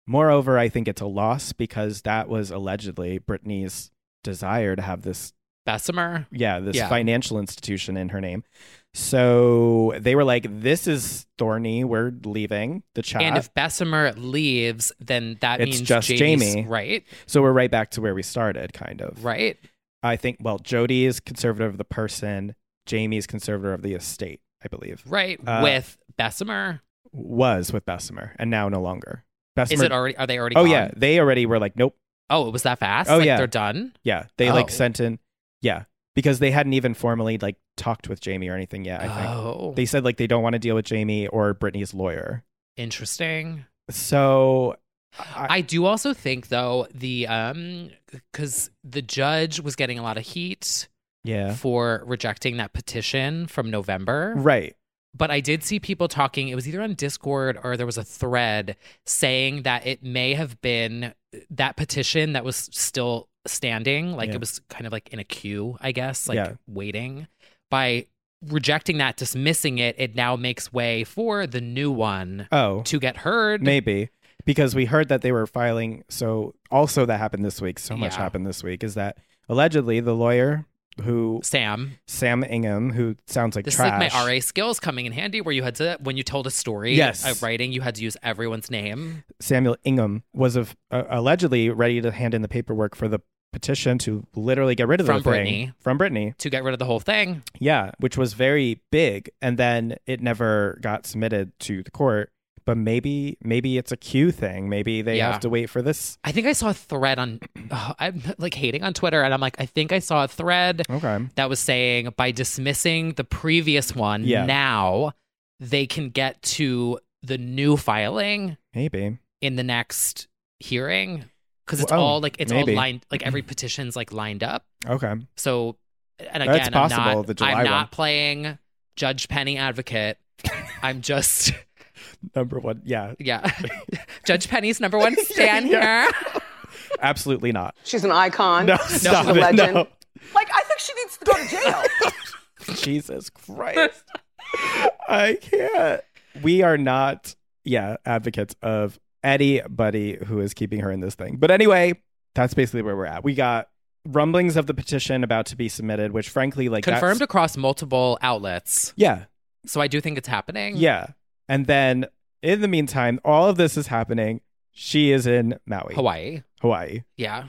moreover, I think it's a loss because that was allegedly Brittany's desire to have this
Bessemer.
yeah, this
Yeah.
financial institution in her name. So they were like, "This is thorny. We're leaving the chat."
And if Bessemer leaves, then that
It's
means
just
Jamie's-
Jamie.
Right.
so we're right back to where we started, kind of.
Right.
I think. Well, Jody is conservative of the person. Jamie is conservator of the estate, I believe.
Right.
Uh,
With Bessemer.
Was with Bessemer, and now no longer. Bessemer.
Is it already? Are they already?
oh
gone?
yeah, they already were like, "Nope."
Oh, it was that fast.
Oh,
like,
yeah.
They're done.
Yeah, they
Oh.
like sent in. Yeah, because they hadn't even formally like talked with Jamie or anything yet. I think
oh,
they said like they don't want to deal with Jamie or Brittany's lawyer.
interesting.
So
I, do also think though the um because the judge was getting a lot of heat
yeah,
for rejecting that petition from November.
right.
But I did see people talking. It was either on Discord or there was a thread saying that it may have been uh, that petition that was still standing, like
Yeah.
it was kind of like in a queue, I guess, like
Yeah.
waiting. By rejecting that, dismissing it, it now makes way for the new one
Oh,
to get heard.
maybe because we heard that they were filing. So also that happened this week. So much
Yeah.
happened this week is that allegedly the lawyer who
Sam,
Sam Ingham, who sounds like
This
trash.
is like my RA skills coming in handy, where you had to when you told a story,
Yes.
uh, writing, you had to use everyone's name.
Samuel Ingham was of, uh, allegedly ready to hand in the paperwork for the petition to literally get rid of
From
the thing
Brittany.
from Brittany.
To get rid of the whole thing,
Yeah, which was very big, and then it never got submitted to the court. But maybe, maybe it's a queue thing. Maybe they
Yeah.
have to wait for this.
I think I saw a thread on. oh, I'm like hating on Twitter, and I'm like, I think I saw a thread
Okay.
that was saying by dismissing the previous one,
Yeah.
now they can get to the new filing
Maybe.
in the next hearing because it's
Well,
all like it's
maybe.
all lined, like every petition's like lined up.
Okay.
So, and again,
That's
I'm
possible,
not,
the July
I'm not
one.
playing Judge Penny advocate. I'm just,
Number one. Yeah.
yeah, Judge Penny's number one stand here.
Absolutely not.
She's an icon.
No,
She's
stop
a
it.
legend.
No.
Like, I think she needs to go to jail.
Jesus Christ. I can't. We are not, yeah, advocates of anybody who is keeping her in this thing. But anyway, that's basically where we're at. We got rumblings of the petition about to be submitted, which frankly, like, that's-
Confirmed across multiple outlets.
Yeah.
So I do think it's happening.
Yeah. And then in the meantime, all of this is happening. She is in Maui,
Hawaii.
Hawaii.
Yeah.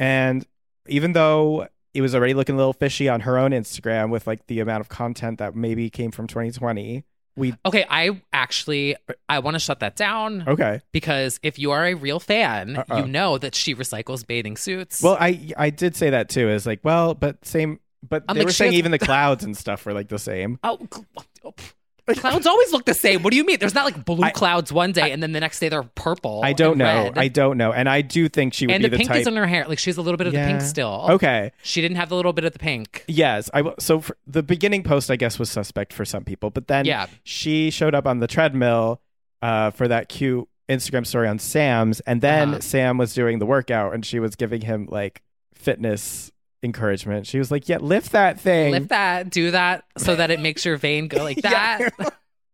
And even though it was already looking a little fishy on her own Instagram with like the amount of content that maybe came from 2020, we
Okay. I actually, I want to shut that down
okay.
because if you are a real fan,
Uh-uh.
you know that she recycles bathing suits.
Well, I I did say that too. Is like, well, but same, but
I'm
they
like,
were
she
saying
has-
even the clouds and stuff were like the same.
Oh, cl- oh, pff. clouds always look the same. What do you mean? There's not like blue
I-
clouds one day and then the next day they're purple.
I
Oh,
don't
and
know.
red.
I don't know. And I do think she would
and
be
the,
the,
pink
type.
is in her hair. Like she has a little bit of the pink
Yeah.
still.
okay.
She didn't have the little bit of the pink.
Yes. I will. So for, the beginning post, I guess, was suspect for some people, but then
Yeah.
she showed up on the treadmill uh, for that cute Instagram story on Sam's, and then
Uh-huh.
Sam was doing the workout and she was giving him like fitness encouragement. She was like, "Yeah, lift that thing."
Lift that, do that so that it makes your vein go like
Yeah.
that.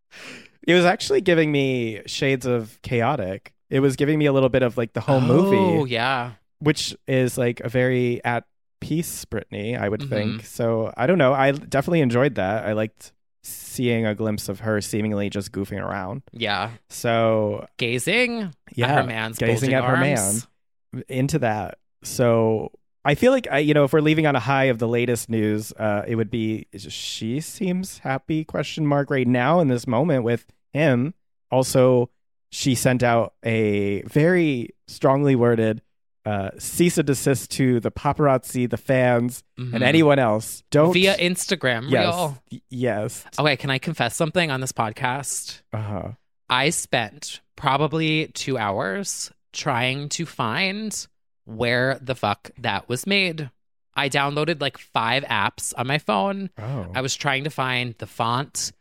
It was actually giving me shades of chaotic. It was giving me a little bit of like the whole
Oh,
movie,
yeah.
which is like a very at peace Britney, I would
Mhm.
think. So I don't know. I definitely enjoyed that. I liked seeing a glimpse of her seemingly just goofing around.
Yeah.
So
Gazing
yeah,
at her man's
gazing
bulging
at her
arms.
man into that. So I feel like I, you know, if we're leaving on a high of the latest news, uh, it would be she seems happy question mark right now in this moment with him. Also, she sent out a very strongly worded uh, cease and desist to the paparazzi, the fans, and
Mhm.
anyone else. Don't
Via Instagram
yes,
reel.
y- yes.
Okay, can I confess something on this podcast?
Uh huh.
I spent probably two hours trying to find where the fuck that was made. I downloaded like five apps on my phone.
Oh,
I was trying to find the font,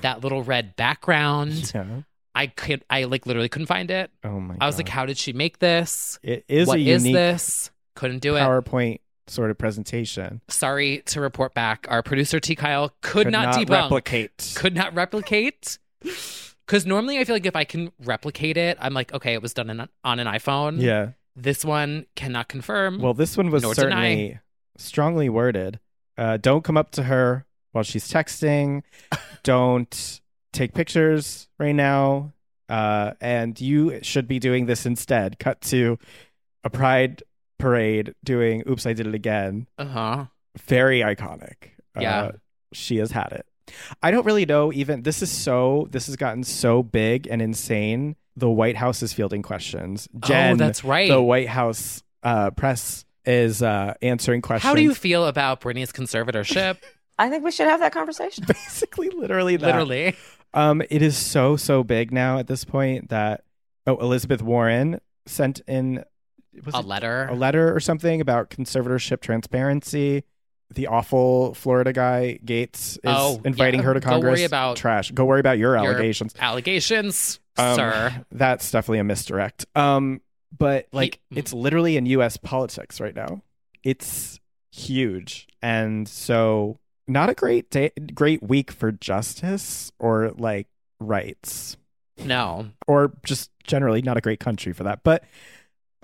that little red background.
Yeah.
I could, I like literally couldn't find it.
Oh my!
I was like,
God.
how did she make this?
It is
What
a
is
unique
this? Couldn't do it.
PowerPoint sort of presentation.
Sorry to report back. Our producer T Kyle could, not, debunk.
replicate.
Could not replicate. Because normally I feel like if I can replicate it, I'm like, okay, it was done in, on an iPhone.
yeah.
This one cannot confirm.
Well, this one was
Hmm. Nor deny.
certainly strongly worded. Uh, don't come up to her while she's texting. don't take pictures right now. Uh, and you should be doing this instead. Cut to a pride parade doing "Oops, I Did It Again."
uh huh.
Very iconic. Uh,
Yeah.
she has had it. I don't really know. Even this is so. This has gotten so big and insane. The White House is fielding questions. Jen,
oh, that's right.
the White House uh, press is uh, answering questions.
How do you feel about Britney's conservatorship?
I think we should have that conversation.
basically literally that.
Literally.
Um, it is so so big now at this point that oh Elizabeth Warren sent in was
A
it
letter.
a letter or something about conservatorship transparency. The awful Florida guy Gates is
Oh,
inviting
yeah.
her to
Go worry
Congress.
about
trash. Go worry about your
your-
allegations,
Allegations,
Um,
sir.
That's definitely a misdirect. Um, but like
He-
it's literally in U.S. politics right now. It's huge, and so not a great day, great week for justice or like rights,
No.
or just generally not a great country for that. But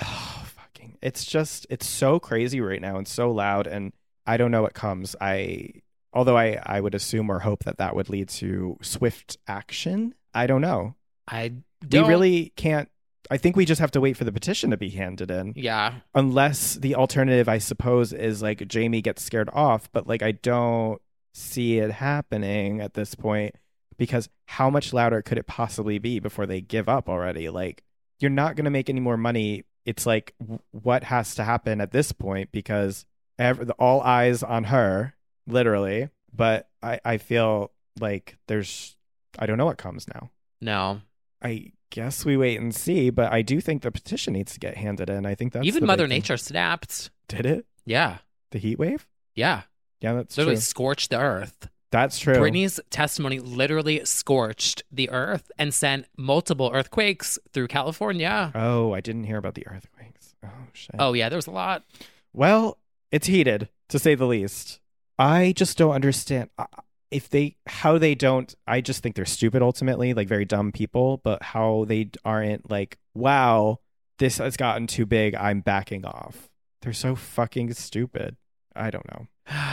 oh, fucking, it's just it's so crazy right now and so loud, and I don't know what comes. I although I I would assume or hope that that would lead to swift action. I don't know
I don't.
we really can't i think we just have to wait for the petition to be handed in
Yeah.
unless the alternative i suppose is like jamie gets scared off but like i don't see it happening at this point because how much louder could it possibly be before they give up already like you're not going to make any more money it's like w- what has to happen at this point because ev- the- all eyes on her literally but I-, I feel like there's i don't know what comes now
No.
I guess we wait and see, but I do think the petition needs to get handed in. I think that's the
Even
big
Mother
thing.
Nature snapped.
did it.
Yeah.
The heat wave.
Yeah.
Yeah, that's
Literally
true.
scorched the earth.
That's true.
Britney's testimony literally scorched the earth and sent multiple earthquakes through California.
Oh, I didn't hear about the earthquakes. Oh shit.
Oh, yeah, there was a lot.
Well, it's heated to say the least. I just don't understand I- if they how they don't. I just think they're stupid ultimately, like very dumb people. But how they aren't like, wow, this has gotten too big. I'm backing off. They're so fucking stupid. I don't know.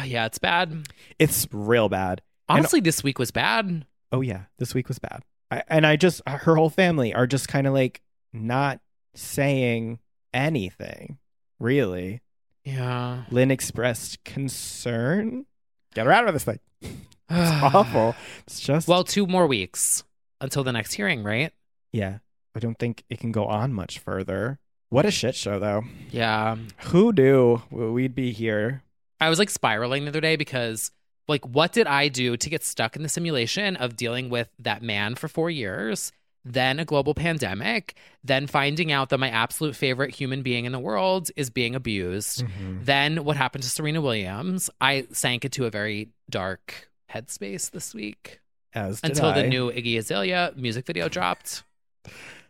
yeah, it's bad.
It's real bad. And-
Honestly, this week was bad.
oh yeah, this week was bad. I, and I just, uh, her whole family are just kind of like not saying anything, really.
Yeah.
Lynn expressed concern. Get her out of this thing. It's awful. It's just,
Well, two more weeks until the next hearing, right?
yeah, I don't think it can go on much further. What a shit show, though.
Yeah.
Who knew we'd be here?
I was like spiraling the other day because, like, what did I do to get stuck in the simulation of dealing with that man for four years, then a global pandemic, then finding out that my absolute favorite human being in the world is being abused? Then what happened to Serena Williams? I sank into a very dark headspace this week
As did
until
I.
the new Iggy Azalea music video dropped.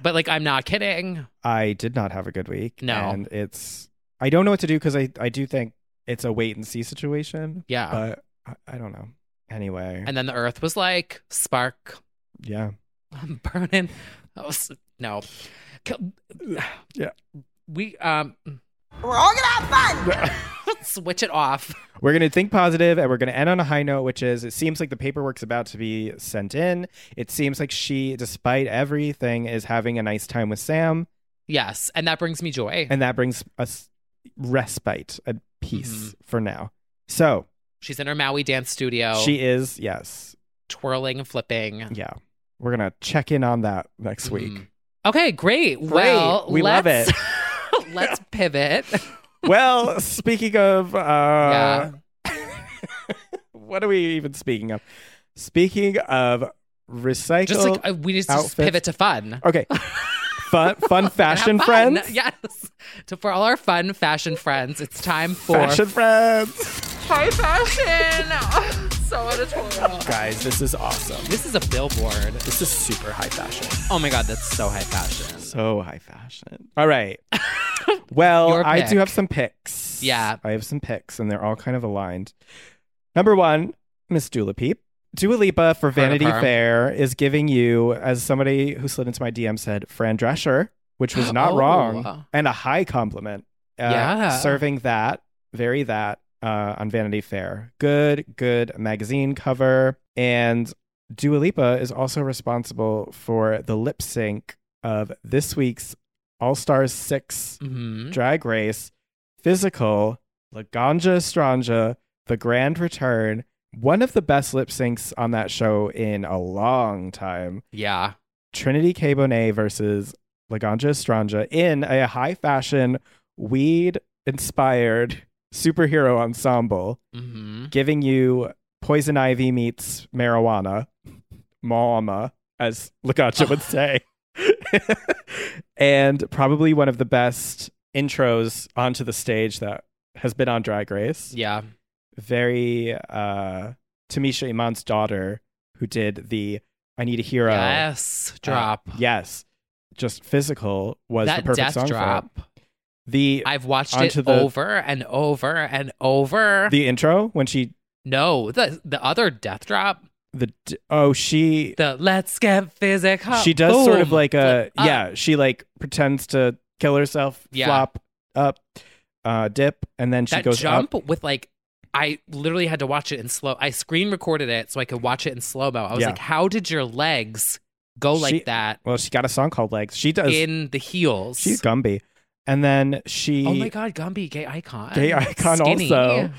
But like, I'm not kidding.
I did not have a good week.
No.
And it's, I don't know what to do because I, I do think it's a wait and see situation.
Yeah.
but I, I don't know. Anyway,
and then the earth was like, spark,
yeah,
I'm burning. Oh, s- no. K-
Yeah.
We, um,
We're all gonna have fun.
Switch it off.
We're going to think positive and we're going to end on a high note, which is it seems like the paperwork's about to be sent in. It seems like she, despite everything, is having a nice time with Sam.
Yes. And that brings me joy.
And that brings us respite, a peace
Mm-hmm.
for now. So
She's in her Maui dance studio.
she is, yes.
twirling and flipping.
Yeah. We're going to check in on that next
Mm-hmm.
week.
Okay, great. Well,
we love
let's,
it.
let's pivot.
well, speaking of, uh,
Yeah.
what are we even speaking of? Speaking of recycled,
Just like uh, we just, just
outfits.
pivot to fun.
okay, fun, fun
And have
fashion
fun.
friends,
Yes. To for all our fun fashion friends, it's time for
fashion friends,
high fashion. so editorial.
Guys, this is awesome.
This is a billboard.
This is super high fashion.
Oh my god, that's so high fashion.
so high fashion. All right. Well,
Your
I
pick.
do have some picks.
Yeah.
I have some picks, and they're all kind of aligned. Number one, Miss Dula Peep. Dua Lipa for
of
Vanity
her.
Fair is giving you, as somebody who slid into my DM said, Fran Drescher, which was not
Oh.
wrong and a high compliment. Uh,
Yeah.
Serving that, very that uh, on Vanity Fair. Good, good magazine cover. And Dua Lipa is also responsible for the lip sync of this week's All Stars 6
Mhm.
Drag Race Physical, Laganja Stranja, The Grand Return. One of the best lip syncs on that show in a long time.
Yeah.
Trinity K. Bonet versus Laganja Estranja in a high fashion, weed inspired superhero ensemble,
hmm
giving you poison ivy meets marijuana, mama, as Laganja would say. and probably one of the best intros onto the stage that has been on Drag Race
Yeah.
very uh Tamisha Iman's daughter who did the I Need a Hero.
Yes.
uh,
Drop.
yes. Just physical was the
that
perfect
death
song for
drop.
it. The
I've watched it
Onto the-
over and over and over.
the intro when she
no, the the other death drop.
the d- oh she
The let's get physical.
she does sort of
Boom. uh,
like a
Flip up.
yeah, she like pretends to kill herself,
Yeah.
flop up, uh dip and then she
that
goes
jump
up.
with like I literally had to watch it in slow. I screen recorded it so I could watch it in slow mo. I was
Yeah.
like, how did your legs go
She-
like that
Well, she got a song called Legs. She does
in the heels?
she's Gumby. And then she
oh my god, Gumby, gay icon,
Gay icon
Skinny.
also.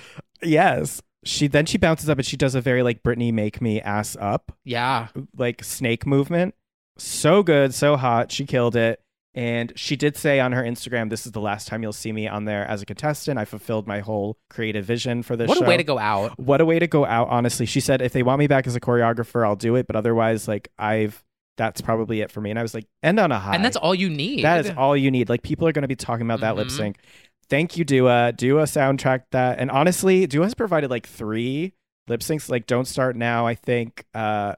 Yes. She then she bounces up and she does a very like Britney make me ass up
Yeah,
like snake movement. So good, so hot. She killed it. And she did say on her Instagram, "This is the last time you'll see me on there as a contestant. I fulfilled my whole creative vision for this."
what a way
show."
to go out.
What a way to go out. Honestly, she said, "If they want me back as a choreographer, I'll do it. But otherwise, like I've that's probably it for me." And I was like, "End on a high."
And that's all you need.
That is all you need. Like people are going to be talking about that lip
Mhm.
sync. Thank you, Dua. Dua soundtrack that, and honestly, Dua has provided like three lip syncs. Like "Don't Start Now," I think, uh,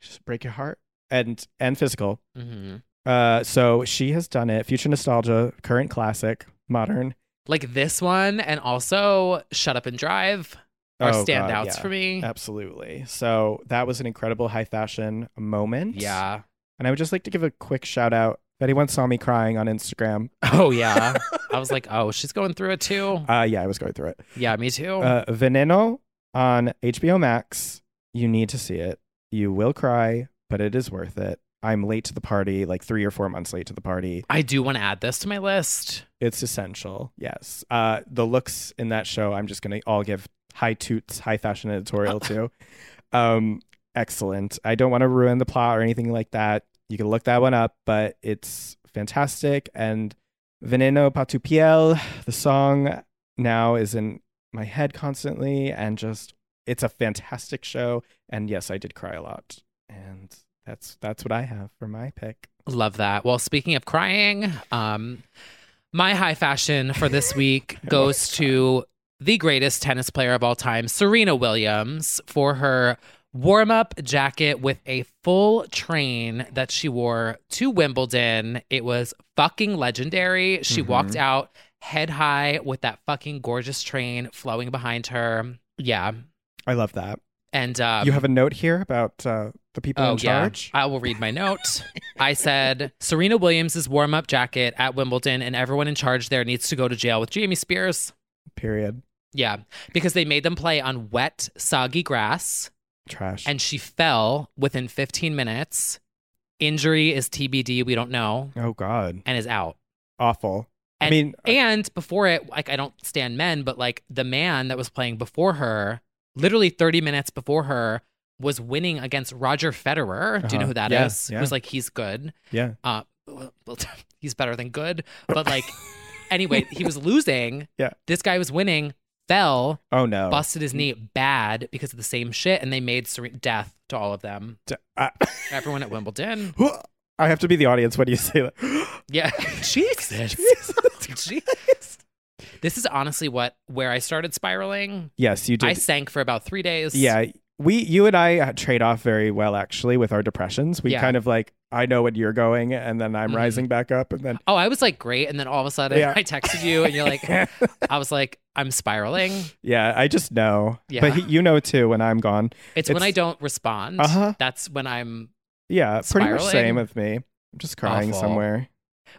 just break your heart, and and physical.
Mhm.
Uh, so she has done it. Future nostalgia, current classic, modern.
Like this one, and also Shut Up and Drive are
Oh, God,
standouts
yeah.
for me.
Absolutely. So that was an incredible high fashion moment.
Yeah.
And I would just like to give a quick shout out. If anyone saw me crying on Instagram,
Oh yeah. I was like, oh, she's going through it too.
uh, yeah, I was going through it.
Yeah, me too.
Uh, Veneno on HBO Max. You need to see it. You will cry, but it is worth it. I'm late to the party, like three or four months late to the party.
I do want to add this to my list.
It's essential. Yes. Uh, the looks in that show, I'm just going to all give high toots, high fashion editorial to. Um, excellent. I don't want to ruin the plot or anything like that. You can look that one up, but it's fantastic. And Veneno Patupiel, the song now is in my head constantly. And just, it's a fantastic show. And yes, I did cry a lot. And that's that's what I have for my pick.
Love that. Well, speaking of crying, um, my high fashion for this week goes to the greatest tennis player of all time, Serena Williams, for her warm up jacket with a full train that she wore to Wimbledon. It was fucking legendary. She
Mhm.
walked out head high with that fucking gorgeous train flowing behind her. Yeah.
I love that.
And um,
you have a note here about uh, the people
oh,
in charge.
Yeah. I will read my note. I said Serena Williams' warm up jacket at Wimbledon and everyone in charge there needs to go to jail with Jamie Spears.
Period.
Yeah. Because they made them play on wet, soggy grass.
Trash.
And she fell within 15 minutes. Injury is TBD. We don't know.
oh God.
And is out.
Awful.
And,
I mean, uh,
and before it, like I don't stand men, but like the man that was playing before her, literally 30 minutes before her, was winning against Roger Federer. Do you know
Uh-huh.
who that is? It
Yeah, yeah.
was like he's good.
yeah.
Uh, well, he's better than good, but like anyway, he was losing.
Yeah.
This guy was winning, fell,
Oh no.
busted his knee bad because of the same shit, and they made ser- death to all of them.
D- I,
Everyone at Wimbledon.
I have to be the audience when you say that.
Yeah. Jesus. Jeez. This is honestly what where I started spiraling.
yes, you did.
I sank for about three days.
Yeah, we, you and I uh, trade off very well actually with our depressions. We
Yeah.
kind of like, I know when you're going, and then I'm
Mhm.
rising back up, and then
Oh, I was like great, and then all of a sudden
Yeah.
I texted you, and you're like, I was like, I'm spiraling.
yeah, I just know.
Yeah.
But he, you know too when I'm gone.
It's, when
It's-
I don't respond.
Uh-huh.
That's when I'm.
Yeah, pretty much
Spiraling.
same with me. I'm just crying
Awful.
somewhere.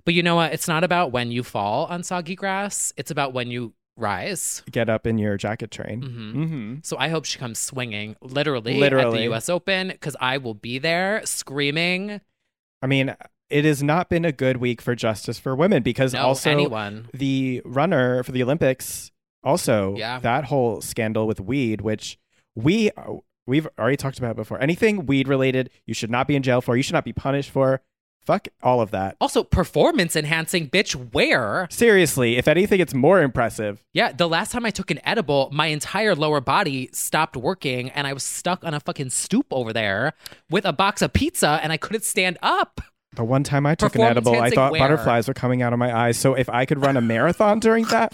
But you know what? It's not about when you fall on soggy grass. It's about when you rise.
Get up in your jacket train.
Mhm.
Mm-hmm.
So I hope she comes swinging, literally, at the
Literally.
U.S. Open, because I will be there screaming.
I mean, it has not been a good week for justice for women because
No,
also
anyone.
the runner for the Olympics, also
Yeah.
that whole scandal with weed, which we we've already talked about before. Anything weed related, you should not be in jail for. You should not be punished for. Fuck all of that.
Also, performance enhancing, bitch. Where?
Seriously, if anything, it's more impressive.
Yeah, the last time I took an edible, my entire lower body stopped working and I was stuck on a fucking stoop over there with a box of pizza and I couldn't stand up.
The one time I took an
Performance
edible, I
enhancing
thought
wear.
butterflies were coming out of my eyes. So if I could run a marathon during that,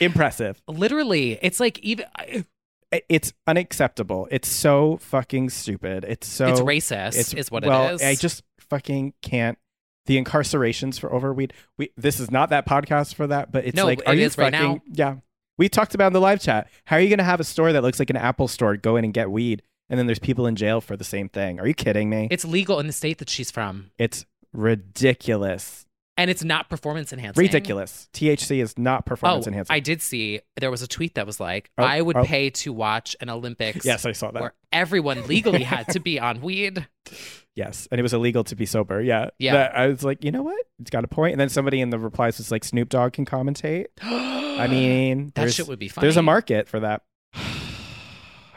impressive.
Literally, it's like even I-
I- It's unacceptable. It's so fucking stupid. It's so
it's racist is what
well,
it is.
I just fucking can't. The incarcerations for over weed. We this is not that podcast for that, but it's
No,
like,
it
are you
is right
fucking?
now.
Yeah, we talked about in the live chat. How are you going to have a store that looks like an Apple store go in and get weed, and then there's people in jail for the same thing? Are you kidding me?
it's legal in the state that she's from
It's ridiculous.
and it's not performance enhancing.
Ridiculous. THC is not performance
oh,
enhancing.
I did see there was a tweet that was like,
Oh,
I would
oh.
pay to watch an Olympics
yes, I saw that.
where everyone legally had to be on weed.
Yes, and it was illegal to be sober. Yeah,
Yeah.
That- I was like, you know what? It's got a point. And then somebody in the replies was like, Snoop Dogg can commentate. I mean,
That
there's-
shit would be funny.
There's a market for that.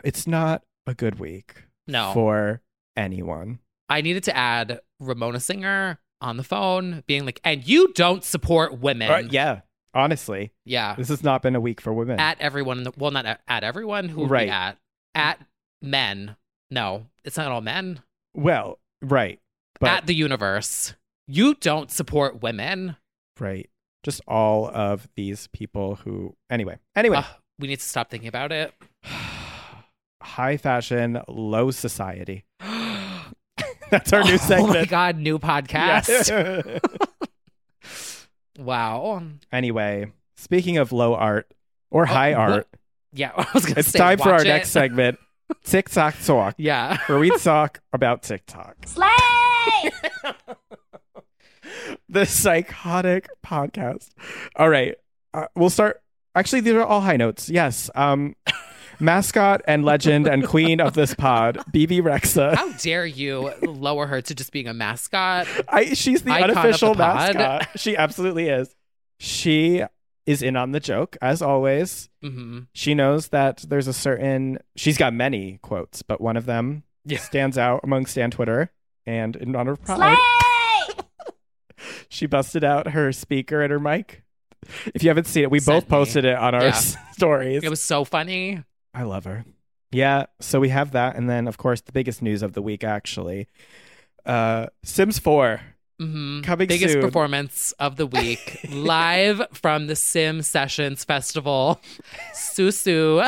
It's not a good week
No.
for anyone.
I needed to add Ramona Singer on the phone being like, and you don't support women.
Uh, yeah, honestly,
Yeah.
this has not been a week for women.
Uh, At everyone, in the, well, not at, at everyone who would
Right.
be at, at men. No, it's not all men.
well, right, but
at the universe. You don't support women.
right, just all of these people who. Anyway, anyway,
Ugh, we need to stop thinking about it.
high fashion, low society. That's our new segment.
Oh my God, new podcast.
Yeah.
Wow. Oh, um,
anyway, speaking of low art or high
what?
art,
Yeah, I was gonna
it's
say,
time for our
watch it.
next segment, TikTok Talk,
Yeah.
where we talk about TikTok.
Slay!
the psychotic podcast. All right, uh, we'll start. Actually, these are all high notes. Yes, um, mascot and legend and queen of this pod, BB Rexa.
How dare you lower her to just being a mascot?
I, she's the
Icon of
unofficial
the pod.
mascot. She absolutely is. She is in on the joke as always.
hmm
She knows that there's a certain. She's got many quotes, but one of them
Yeah.
stands out among Stan Twitter. And in honor of pride,
Slay!
she busted out her speaker and her mic. If you haven't seen it, we
Sent
both
me.
posted it on our
Yeah.
stories.
It was so funny.
I love her. Yeah, so we have that, and then of course the biggest news of the week actually, uh, Sims Four.
Mhm.
Coming
Biggest
soon.
performance of the week, live from the Sim Sessions Festival. Susu.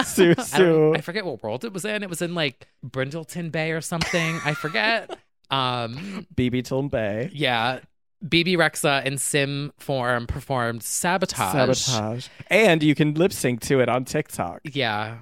Susu.
I, don't- I forget what world it was in. It was in like Brindleton Bay or something. I forget. Um,
BB Tilm Bay.
yeah. BB Rexa in Sim form performed Sabotage.
Sabotage. And you can lip sync to it on TikTok.
Yeah.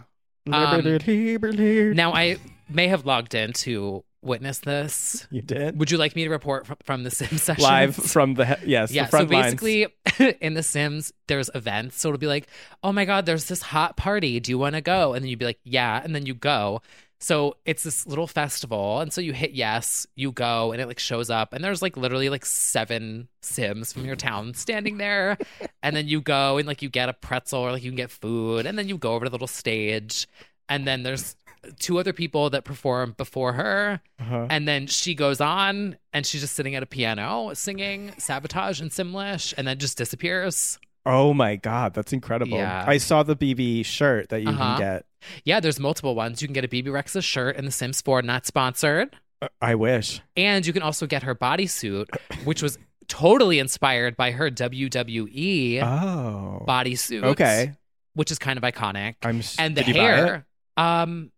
Um,
Liberty, liberty.
now, I may have logged in to witness this.
you did
Would you like me to report fr- from the Sim session?
live from the he- yes
Yeah,
the front
so basically in The Sims, there's events. So it'll be like, oh my God, there's this hot party. Do you want to go? And then you'd be like, yeah. And then you go. So it's this little festival. And so you hit yes, you go, and it like shows up. And there's like literally like seven Sims from your town standing there. and then you go and like you get a pretzel or like you can get food. And then you go over to the little stage. And then there's two other people that perform before her.
Uh-huh.
And then she goes on and she's just sitting at a piano singing Sabotage and Simlish and then just disappears.
oh my god that's incredible
Yeah.
i saw the bb shirt that you
Uh-huh.
can get
Yeah, there's multiple ones. You can get a BB Rex's shirt in The Sims 4, not sponsored.
Uh, i wish
And you can also get her bodysuit, which was totally inspired by her WWE
oh
bodysuit.
okay
Which is kind of iconic.
i'm s-
and the
did you buy it?
hair um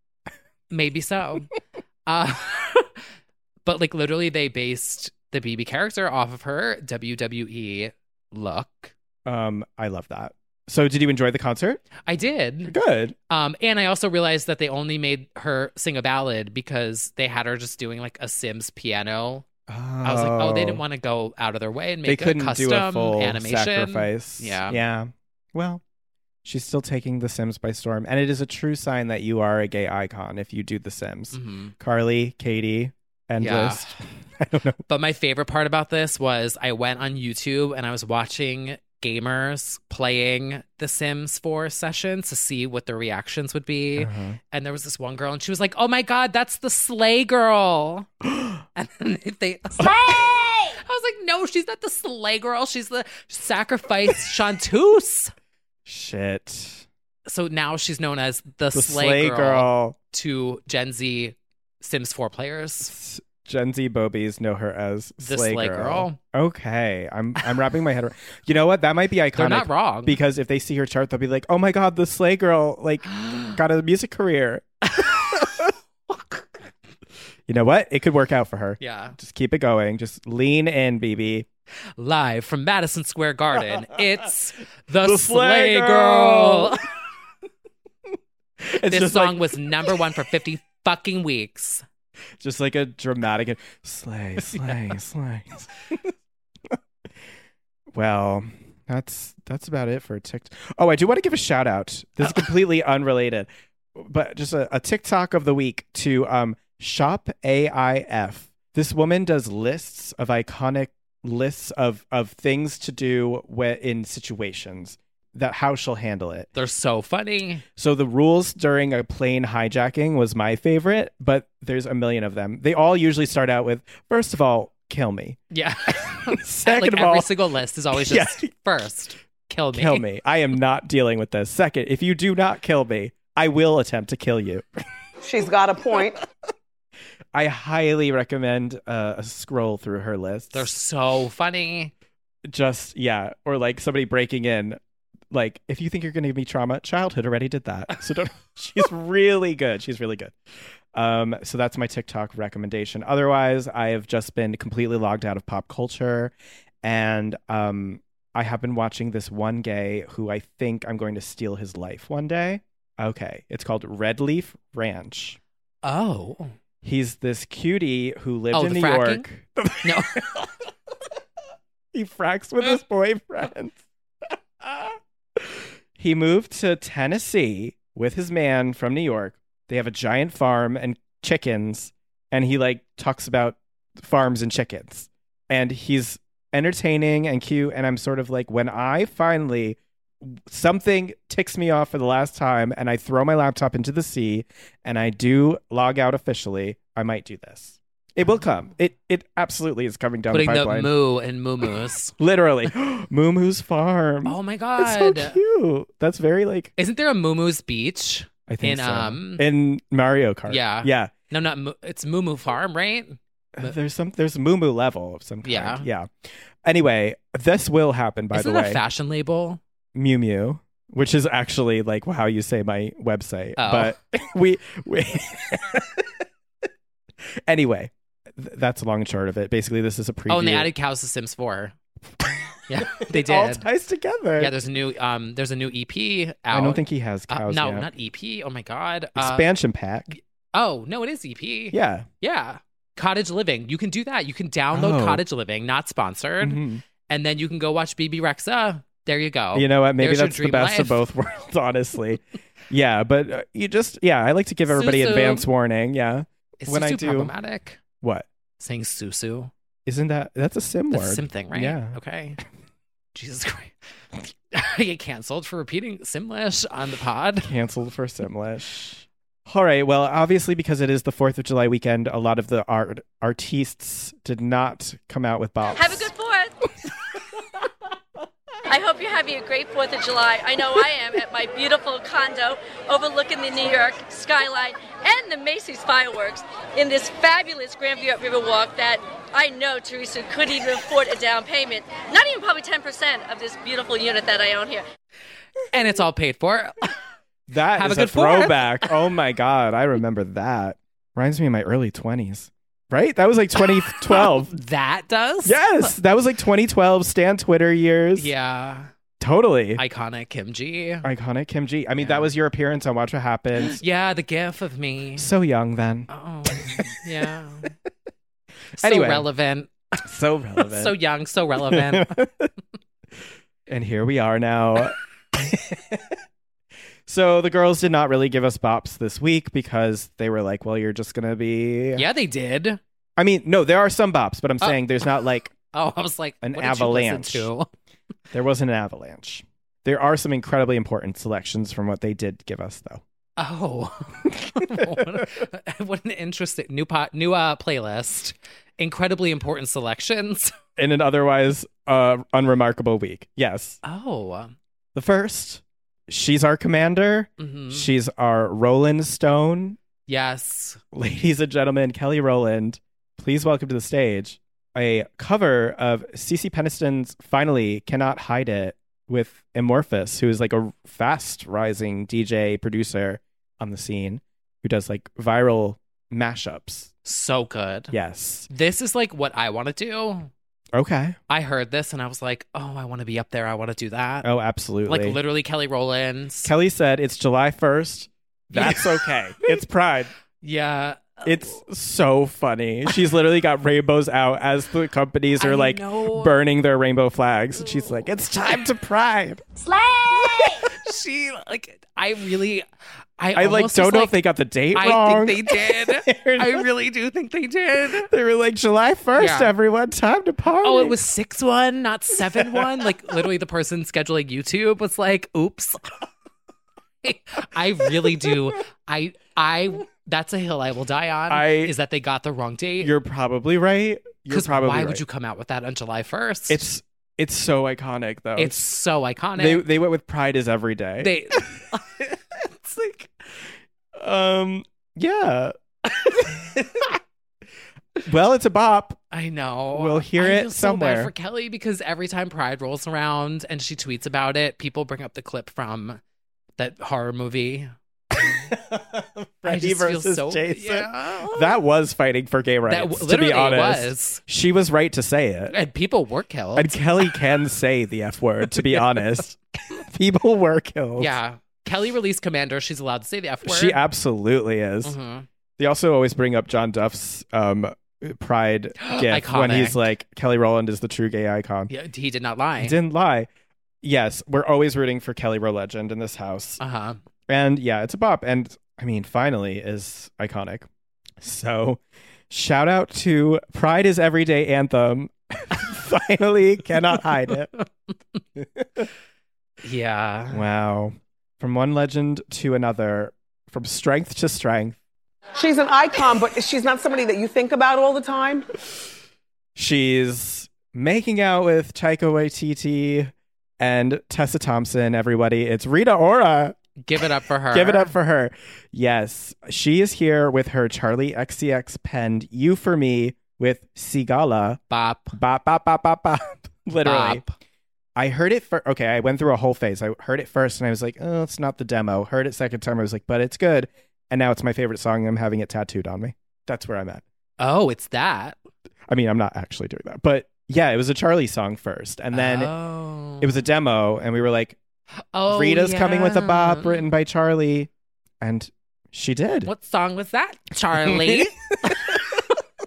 maybe so uh but like literally they based the bb character off of her wwe look
um i love that so did you enjoy the concert
i did
good
um and i also realized that they only made her sing a ballad because they had her just doing like a sims piano i was like oh they didn't want to go out of their way and
they
make
couldn't
a custom
do a full
animation
sacrifice
Yeah.
yeah well she's still taking the sims by storm and it is a true sign that you are a gay icon if you do the sims
Mhm.
carly katie and
Yeah.
list i don't know
But my favorite part about this was I went on YouTube and I was watching gamers playing The Sims 4 session to see what their reactions would be.
Uh-huh.
And there was this one girl and she was like, "Oh my god, that's the Slay girl." and then they
Slay!
I was like, "No, she's not the Slay girl. She's the Sacrifice Chanteuse."
shit
So now she's known as the,
the
slay,
slay
girl,
girl
to Gen Z Sims 4 players.
S- Gen Z Bobies know her as
The
Slay,
Slay
Girl.
Girl.
Okay, I'm I'm wrapping my head around. You know what? That might be iconic.
They're not wrong.
because if they see her chart, they'll be like, "Oh my god, the Slay Girl like got a music career." you know what? It could work out for her.
yeah.
Just keep it going. Just lean in, BB.
live from Madison Square Garden. It's the,
The Slay
Slay Girl.
It's
this
just
song
like,
was number one for fifty fucking weeks.
just like a dramatic slay, slay, slay. well, that's that's about it for TikTok. Oh, I do want to give a shout out. This is completely unrelated, but just a, a TikTok of the week to um Shop AIF. This woman does lists of iconic lists of of things to do whe- in situations that how she'll handle it.
They're so funny.
So the rules during a plane hijacking was my favorite, but there's a million of them. They all usually start out with first of all, kill me.
Yeah.
Second
like
of
every
all,
single list is always
Yeah.
just first, kill me.
kill me. I am not dealing with this. Second, if you do not kill me, I will attempt to kill you.
She's got a point.
I highly recommend uh, a scroll through her list.
They're so funny.
just yeah, or like somebody breaking in. Like if you think you're going to give me trauma, childhood already did that. So don't. she's really good. She's really good. Um, so that's my TikTok recommendation. Otherwise, I have just been completely logged out of pop culture, and um, I have been watching this one gay who I think I'm going to steal his life one day. Okay, it's called Red Leaf Ranch.
Oh.
He's this cutie who lived
Oh,
in
the
New
fracking?
York.
No.
he fracks with his boyfriend. he moved to Tennessee with his man from New York. They have a giant farm and chickens, and he like talks about farms and chickens. And he's entertaining and cute. And I'm sort of like, when I finally something ticks me off for the last time, and I throw my laptop into the sea, and I do log out officially, I might do this. It will come. It it absolutely is coming down
Putting
the
the
pipeline.
moo and moo moos.
Literally, Moomoo's farm.
Oh my
It's so
god.
cute. That's very like
Isn't there a moo moo's beach?
I think
In,
so.
um,
in Mario Kart.
Yeah.
yeah.
No, not moo. It's Moo Moo Farm, right? But-
there's some there's a Moomoo level of some kind.
Yeah.
yeah. Anyway, this will happen. By
Isn't
the
that
way,
a fashion label?
Mew Mew, which is actually like how you say my website.
Oh.
But we, we anyway, th- that's the long and short of it. Basically, this is a preview.
Oh, and they added cows to Sims 4. Yeah, they
It all
Oh, did.
ties together.
Yeah, there's a new um, there's a new EP out.
I don't think he has cows
Uh, no,
yet.
not EP. Oh my god. Uh,
Expansion pack.
Oh no, it is EP.
Yeah.
Yeah. Cottage Living. You can do that. You can download
Oh.
Cottage Living, not sponsored,
Mhm.
and then you can go watch BB Rexa. There you go.
You know what?
Oh,
Maybe
There's your
that's the
dream
best of
life.
both worlds, honestly. yeah, but uh, you just yeah, I like to give everybody
Susu.
advance warning. Yeah.
Is Susu
when I do-
problematic?
What?
Saying Susu.
Isn't that that's a sim
That's
word?
sim thing, right?
Yeah.
Okay. Jesus Christ. I get canceled for repeating Simlish on the pod.
Canceled for Simlish. All right. Well, obviously, because it is the Fourth of July weekend, a lot of the art artists did not come out with bops.
Have a good fourth. I hope you're having a great Fourth of July. I know I am at my beautiful condo overlooking the New York skyline and the Macy's fireworks in this fabulous Grandview at Riverwalk that I know Teresa couldn't even afford a down payment, not even probably 10% of this beautiful unit that I own here.
And it's all paid for.
That
Have
is
a
a,
good fourth.
throwback. oh my god, I remember that. Reminds me of my early twenties. Right? That was like 2012.
That does?
yes, that was like 2012 Stan Twitter years.
Yeah.
Totally.
Iconic Kim G.
Iconic Kim G. I mean, that was your appearance on Watch What Happens.
Yeah, the gif of me.
so young then.
Oh, yeah. so
Anyway.
relevant.
So relevant.
So young, so relevant.
and here we are now. so the girls did not really give us bops this week because they were like, well, you're just going to be.
yeah, they did.
I mean, no, there are some bops, but I'm
Oh.
saying there's not like,
Oh, I was like,
An
what did you listen
avalanche.
to?
there wasn't an avalanche. There are some incredibly important selections from what they did give us, though.
Oh, what, a- what an interesting new pot, new uh, playlist. Incredibly important selections.
In an otherwise uh, unremarkable week. Yes.
Oh,
The first, she's our commander.
mhm.
She's our Roland Stone.
yes.
ladies and gentlemen, Kelly Rowland, please welcome to the stage a cover of Cece Peniston's Finally Cannot Hide It with Amorphous, who is like a fast rising DJ producer on the scene who does like viral mashups.
So good.
Yes.
This is like what I want to do.
Okay.
I heard this and I was like, oh, I want to be up there. I want to do that.
Oh, absolutely.
like literally Kelly Rowland's.
Kelly said it's July 1st. That's okay. It's Pride.
yeah.
It's so funny. She's literally got rainbows out as the companies are
I
like
know.
burning their rainbow flags. And she's like, it's time to pride.
Slay!
she like I really I,
I like
almost
don't
was
know
like,
if they got the date
I
wrong.
think they did. I
They're-
really do think they did.
they were like, July 1st,
Yeah.
everyone, time to party.
Oh, it was six one, not seven one. Like literally the person scheduling YouTube was like, oops. I really do. I I that's a hill I will die on.
I-
is that they got the wrong date.
You're probably right. You're
'Cause
probably
why
right.
would you come out with that on July first?
It's it's so iconic though.
it's so iconic.
they they went with pride is every day.
They- it's like
um yeah. well, it's a bop.
I know.
We'll hear
I
it
feel so bad
somewhere.
for Kelly because every time Pride rolls around and she tweets about it, people bring up the clip from that horror movie.
Freddy
just feel
versus
so-
Jason.
Yeah.
That was fighting for gay
That
rights.
w-
to be
literally it
honest,
was.
she was right to say it.
And people were killed.
And Kelly can say the f word. To be honest, people were killed.
yeah. Kelly released Commander. She's allowed to say the F word.
she absolutely is.
Mhm.
They also always bring up John Duff's um, pride gift when
Iconic.
he's like, "Kelly Rowland is the true gay icon."
Yeah, he did not lie.
He didn't lie. Yes, we're always rooting for Kelly Rowe legend in this house.
Uh huh.
And yeah, it's a bop. And I mean, finally is iconic. So shout out to Pride is Everyday Anthem. finally cannot hide it.
Yeah.
Wow. From one legend to another, from strength to strength,
She's an icon, but she's not somebody that you think about all the time.
she's making out with Taika Waititi and Tessa Thompson, everybody. It's Rita Ora.
Give it up for her.
Give it up for her. Yes, she is here with her Charlie XCX penned "You for Me" with Sigala.
Bop.
Bop bop bop bop bop. Literally,
Bop.
I heard it first. Okay, I went through a whole phase. I heard it first, and I was like, "Oh, it's not the demo." Heard it second time, I was like, "But it's good." And now it's my favorite song. and I'm having it tattooed on me. That's where I'm at.
Oh, it's that.
I mean, I'm not actually doing that, but Yeah, it was a Charlie song first, and then
Oh.
it was a demo, and we were like,
Oh,
Rita's coming with a bop
yeah.
written by Charlie, and she did.
What song was that, Charlie?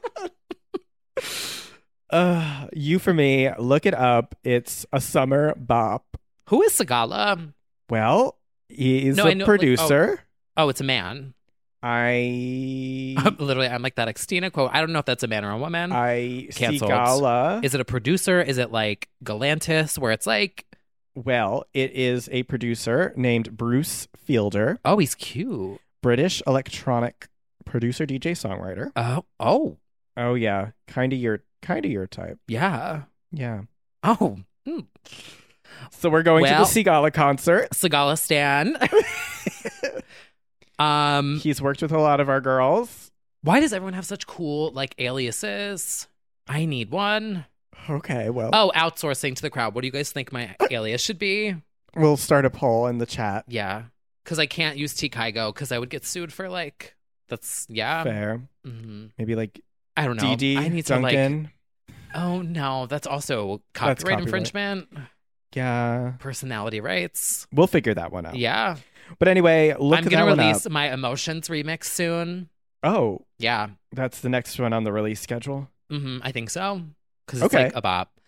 Uh, you for me, look it up. It's a summer bop.
Who is Sagala?
Well, he's
No, I
a
know- like, oh.
producer.
Oh, it's a man.
I
Literally, I'm like that Extina quote. I don't know if that's a man or a
Uh,
woman.
I
Canceled.
Sigala.
Is it a producer? Is it like Galantis, where it's like,
well, it is a producer named Bruce Fielder,
oh, he's cute.
British electronic producer, DJ, songwriter.
Oh, oh,
Oh yeah, kind of your kind of your type.
yeah.
Yeah.
Oh,
So we're going
Well-
to the Sigala concert.
Sagala Stan. um,
He's worked with a lot of our girls.
why does everyone have such cool like aliases? I need one.
Okay, well,
Oh, outsourcing to the crowd. What do you guys think my alias should be?
we'll start a poll in the chat.
Yeah. Because I can't use Tikaigo because I would get sued for like, that's, yeah.
Fair.
Mhm.
Maybe like
I don't know.
DD
I need to like,
Duncan.
oh no, that's also copyright,
That's copyright.
infringement,
yeah.
personality rights.
We'll figure that one out.
Yeah.
But anyway, look
I'm
that
going to
one
release
up.
my emotions remix soon.
Oh,
Yeah.
that's the next one on the release schedule.
hmm I think so. Because it's
Okay.
like a bop.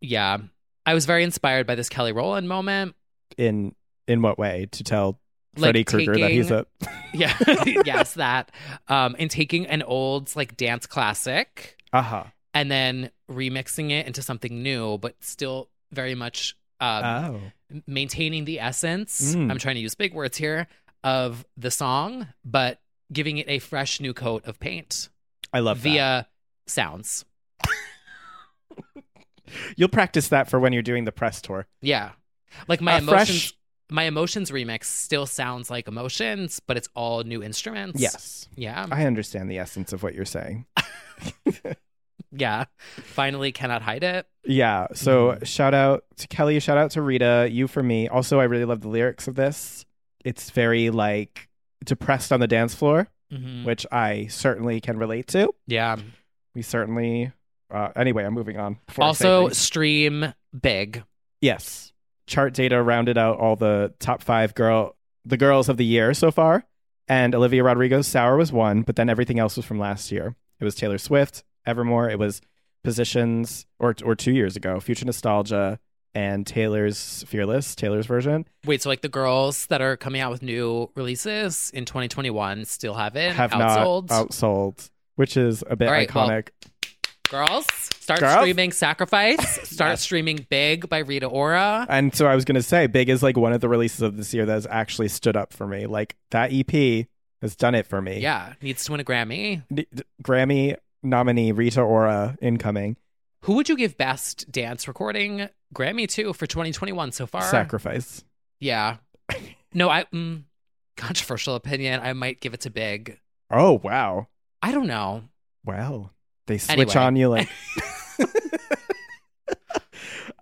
Yeah. I was very inspired by this Kelly Rowland moment.
In in what way to tell
Like
Freddy Krueger that he's
taking-
a
Yeah. yes, that. Um, and taking an old like dance classic.
uh-huh.
and then remixing it into something new, but still very much um,
oh.
m- maintaining the essence.
Mm.
I'm trying to use big words here of the song, but giving it a fresh new coat of paint
I love that.
via sounds.
You'll practice that for when you're doing the press tour.
Yeah, like my
A
emotions.
fresh-
My emotions remix still sounds like emotions, but it's all new instruments.
Yes.
Yeah.
I understand the essence of what you're saying.
Yeah. Finally, cannot hide it.
Yeah. So
Mm-hmm.
shout out to Kelly, shout out to Rita, you for me. Also, I really love the lyrics of this. It's very like depressed on the dance floor,
Mhm.
which I certainly can relate to.
Yeah.
We certainly uh anyway, I'm moving on. before I say
Also,
things.
stream big.
yes. Chart data rounded out all the top five girl the girls of the year so far. And Olivia Rodrigo's Sour was one, but then everything else was from last year. It was Taylor Swift, Evermore, it was Positions or or two years ago, Future Nostalgia and Taylor's Fearless, Taylor's version.
Wait, so like the girls that are coming out with new releases in 2021 still haven't
have
outsold?
not Oh. outsold, which is a bit
All right, well,
iconic.
girls, start
Girls?
streaming Sacrifice. Start streaming Big by Rita Ora.
and so I was gonna say, Big is like one of the releases of this year that has actually stood up for me. Like that EP has done it for me.
yeah, needs to win a Grammy.
N- d- Grammy nominee Rita Ora incoming
Who would you give best dance recording Grammy to for 2021 so far?
sacrifice.
Yeah. No, I mm, controversial opinion. I might give it to Big.
Oh wow,
I don't know.
well they
Anyway.
switch on you like.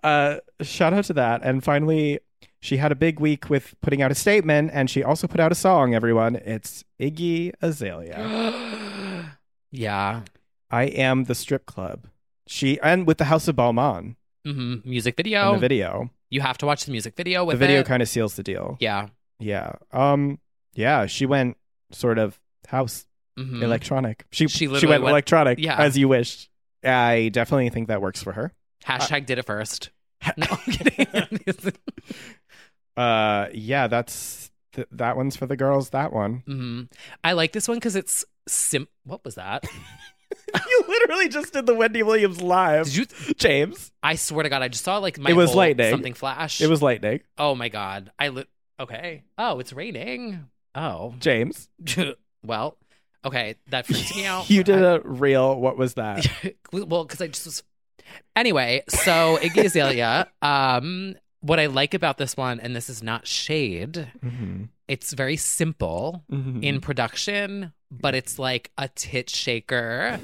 uh, shout out to that, and finally. She had a big week with putting out a statement, and she also put out a song, everyone. It's Iggy Azalea.
yeah.
I am the strip club. She and with the House of Balmain
hmm Music
in
video.
the video.
You have to watch the music video
The
with
video
it.
kind of seals the deal.
yeah.
Yeah. Um. Yeah. She went sort of house
Mhm.
electronic. She
She
she,
literally
went,
went-
electronic.
yeah.
As you wished. I definitely think that works for her.
Hashtag did it first. No, I'm kidding.
Uh. Yeah. That's th- that one's for the girls. That one.
hmm I like this one because it's sim. What was that?
you literally just did the Wendy Williams live.
Did you?
James?
I swear to God, I just saw like my.
It was
whole
lightning.
Something flash.
It was lightning.
Oh my God! I li- Okay. Oh, it's raining. Oh.
James.
well. Okay, that freaked me out.
You did a real. What was that?
I- well, because I just was. Anyway, so Iggy Azalea. um, what I like about this one, and this is not shade.
mm-hmm.
It's very simple.
Mm-hmm.
in production, but it's like a tit shaker,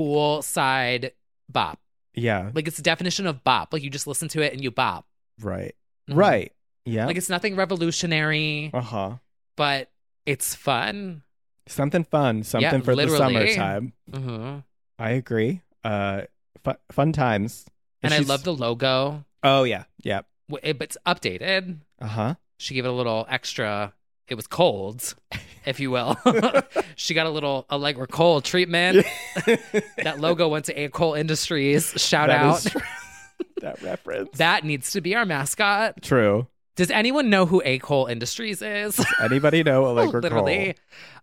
poolside bop.
yeah.
Like it's the definition of bop. Like you just listen to it and you bop.
Right.
Mhm.
Right. Yeah.
Like it's nothing revolutionary,
uh huh.
but it's fun.
Something fun, something for
literally.
the summertime.
hmm
I agree. Uh, Fun, fun times.
And, I love the logo.
Oh yeah, yeah.
W- it- It's updated.
Uh huh.
She gave it a little extra. It was cold, if you will. she got a little Allegra Cole treatment.
Uh-huh.
that logo went to A. Cole Industries. Shout out.
that reference.
that needs to be our mascot.
True.
Does anyone know who A. Cole Industries is?
Anybody know Allegra
Literally.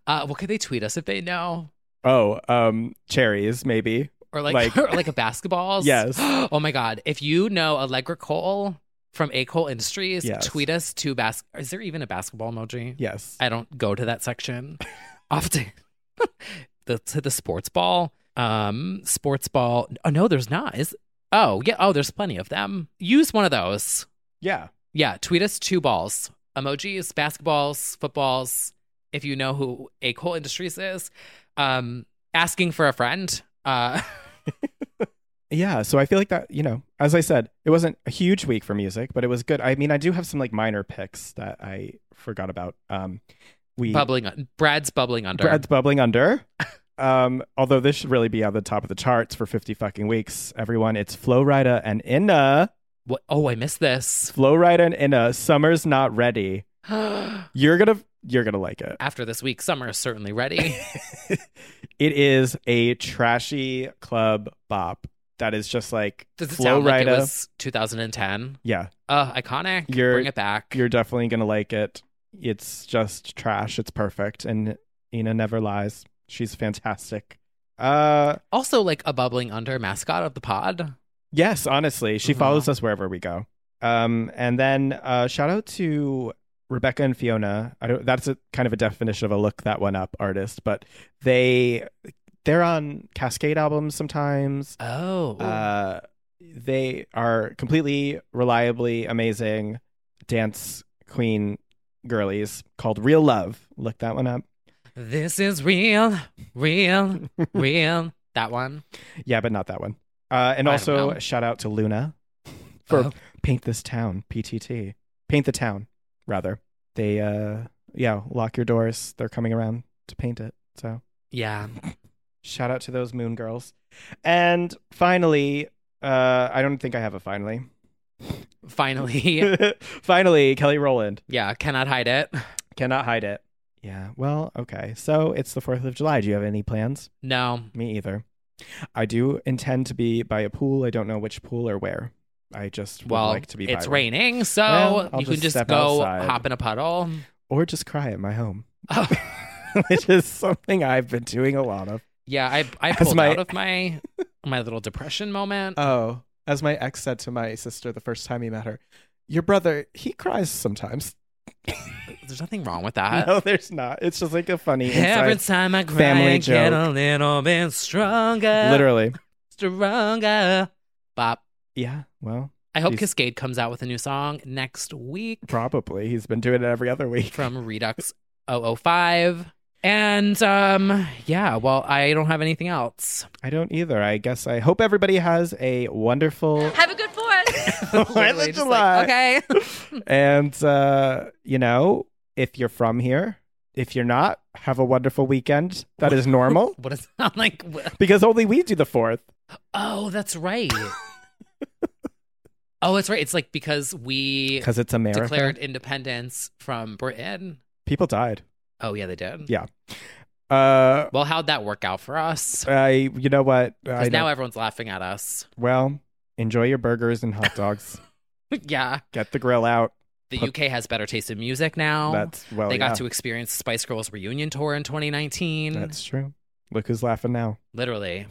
Uh, well, could they tweet us if they know?
Cole? Oh, um, cherries maybe.
Or like,
Like-
or like a basketballs?
Yes.
oh my God. If you know Allegra Cole from A. Cole Industries,
Yes.
tweet us to bas- Is there even a basketball emoji?
Yes.
I don't go to that section often. the to the sports ball. Um sports ball. Oh no, there's not. Is oh yeah, oh there's plenty of them. Use one of those.
Yeah.
Yeah, tweet us two balls. Emojis, basketballs, footballs, if you know who A. Cole Industries is. Um asking for a friend. Uh
Yeah, so I feel like that, you know, as I said, it wasn't a huge week for music, but it was good. I mean, I do have some like minor picks that I forgot about. Um we
bubbling un- Brad's bubbling under.
Brad's bubbling under. um although this should really be on the top of the charts for 50 fucking weeks, everyone. It's Flow Rida and Inna.
What oh I missed this.
Flow Rida and Inna, Summer's Not Ready. You're going to you're going to like it.
After this week, summer is certainly ready.
It is a trashy club bop that is just like
Does it
Flo
sound like it
Rida.
was 2010?
yeah.
Uh, iconic.
You're-
Bring it back.
You're definitely gonna like it. It's just trash. It's perfect, and Ina never lies. She's fantastic. Uh,
also like a bubbling under mascot of the pod.
yes, honestly, she
Mhm.
follows us wherever we go. Um, and then uh, shout out to Rebecca and Fiona. I don't. That's a kind of a definition of a look that one up artist, but they they're on Cascade albums sometimes.
Oh.
Uh, they are completely reliably amazing dance queen girlies called Real Love. Look that one up.
this is real, real, real. That one.
Yeah, but not that one. Uh, and
I don't
also
know.
shout out to Luna for
Oh.
Paint This Town, PTT. Paint the Town, rather. They, uh, yeah, lock your doors. They're coming around to paint it. So
Yeah.
shout out to those moon girls. And finally, uh, I don't think I have a finally.
Finally.
Finally, Kelly Rowland
yeah. Cannot hide it.
cannot hide it. Yeah. Well, okay. So it's the 4th of July. Do you have any plans?
No.
Me either. I do intend to be by a pool. I don't know which pool or where. I just would
Well,
like to be by
it's
one.
raining, so
Well, I'll
you can
just
just
step
go
outside.
hop in a puddle.
Or just cry at my home,
Oh,
which is something I've been doing a lot of.
yeah. I I
As
pulled
my-
out of my my little depression moment.
Oh, as my ex said to my sister the first time he met her, your brother, he cries sometimes.
There's nothing wrong with that.
no, there's not. It's just like a funny
Every
inside-
time I cry,
family
I get
joke.
a little bit stronger.
Literally.
Stronger. Bop.
Yeah. Well,
I hope
He's-
Cascade comes out with a new song next week
probably. He's been doing it every other week.
from Redux 005. And um yeah, well, I don't have anything else.
I don't either. I guess I hope everybody has a wonderful
Have a good fourth.
Fourth
Literally
of
just like,
July.
okay.
and uh, you know, if you're from here, if you're not, have a wonderful weekend. That is normal
What is I'm like wh-
because only we do the fourth.
Oh, that's right. oh, that's right. It's like because we
Because it's America.
declared independence from Britain.
People died.
Oh yeah, they did.
Yeah. Uh,
Well, how'd that work out for us?
I. You know what? I
Because now
don't-
everyone's laughing at us.
well, enjoy your burgers and hot dogs.
yeah.
Get the grill out.
The
Put-
UK has better taste in music now.
That's well.
Oh, they got
Oh, yeah.
to experience Spice Girls reunion tour in 2019.
That's true. Look who's laughing now.
Literally.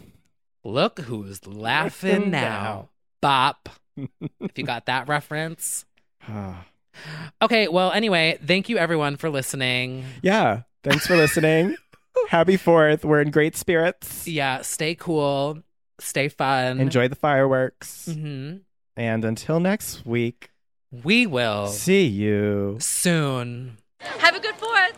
Look who's laughing,
Laughing
now.
now.
Bop. if you got that reference. Okay, well, anyway, thank you everyone for listening.
yeah. Thanks for listening. Happy Fourth. We're in great spirits.
Yeah, stay cool, stay fun.
Enjoy the fireworks.
hmm
And until next week,
We will
see you.
soon.
Have a good fourth.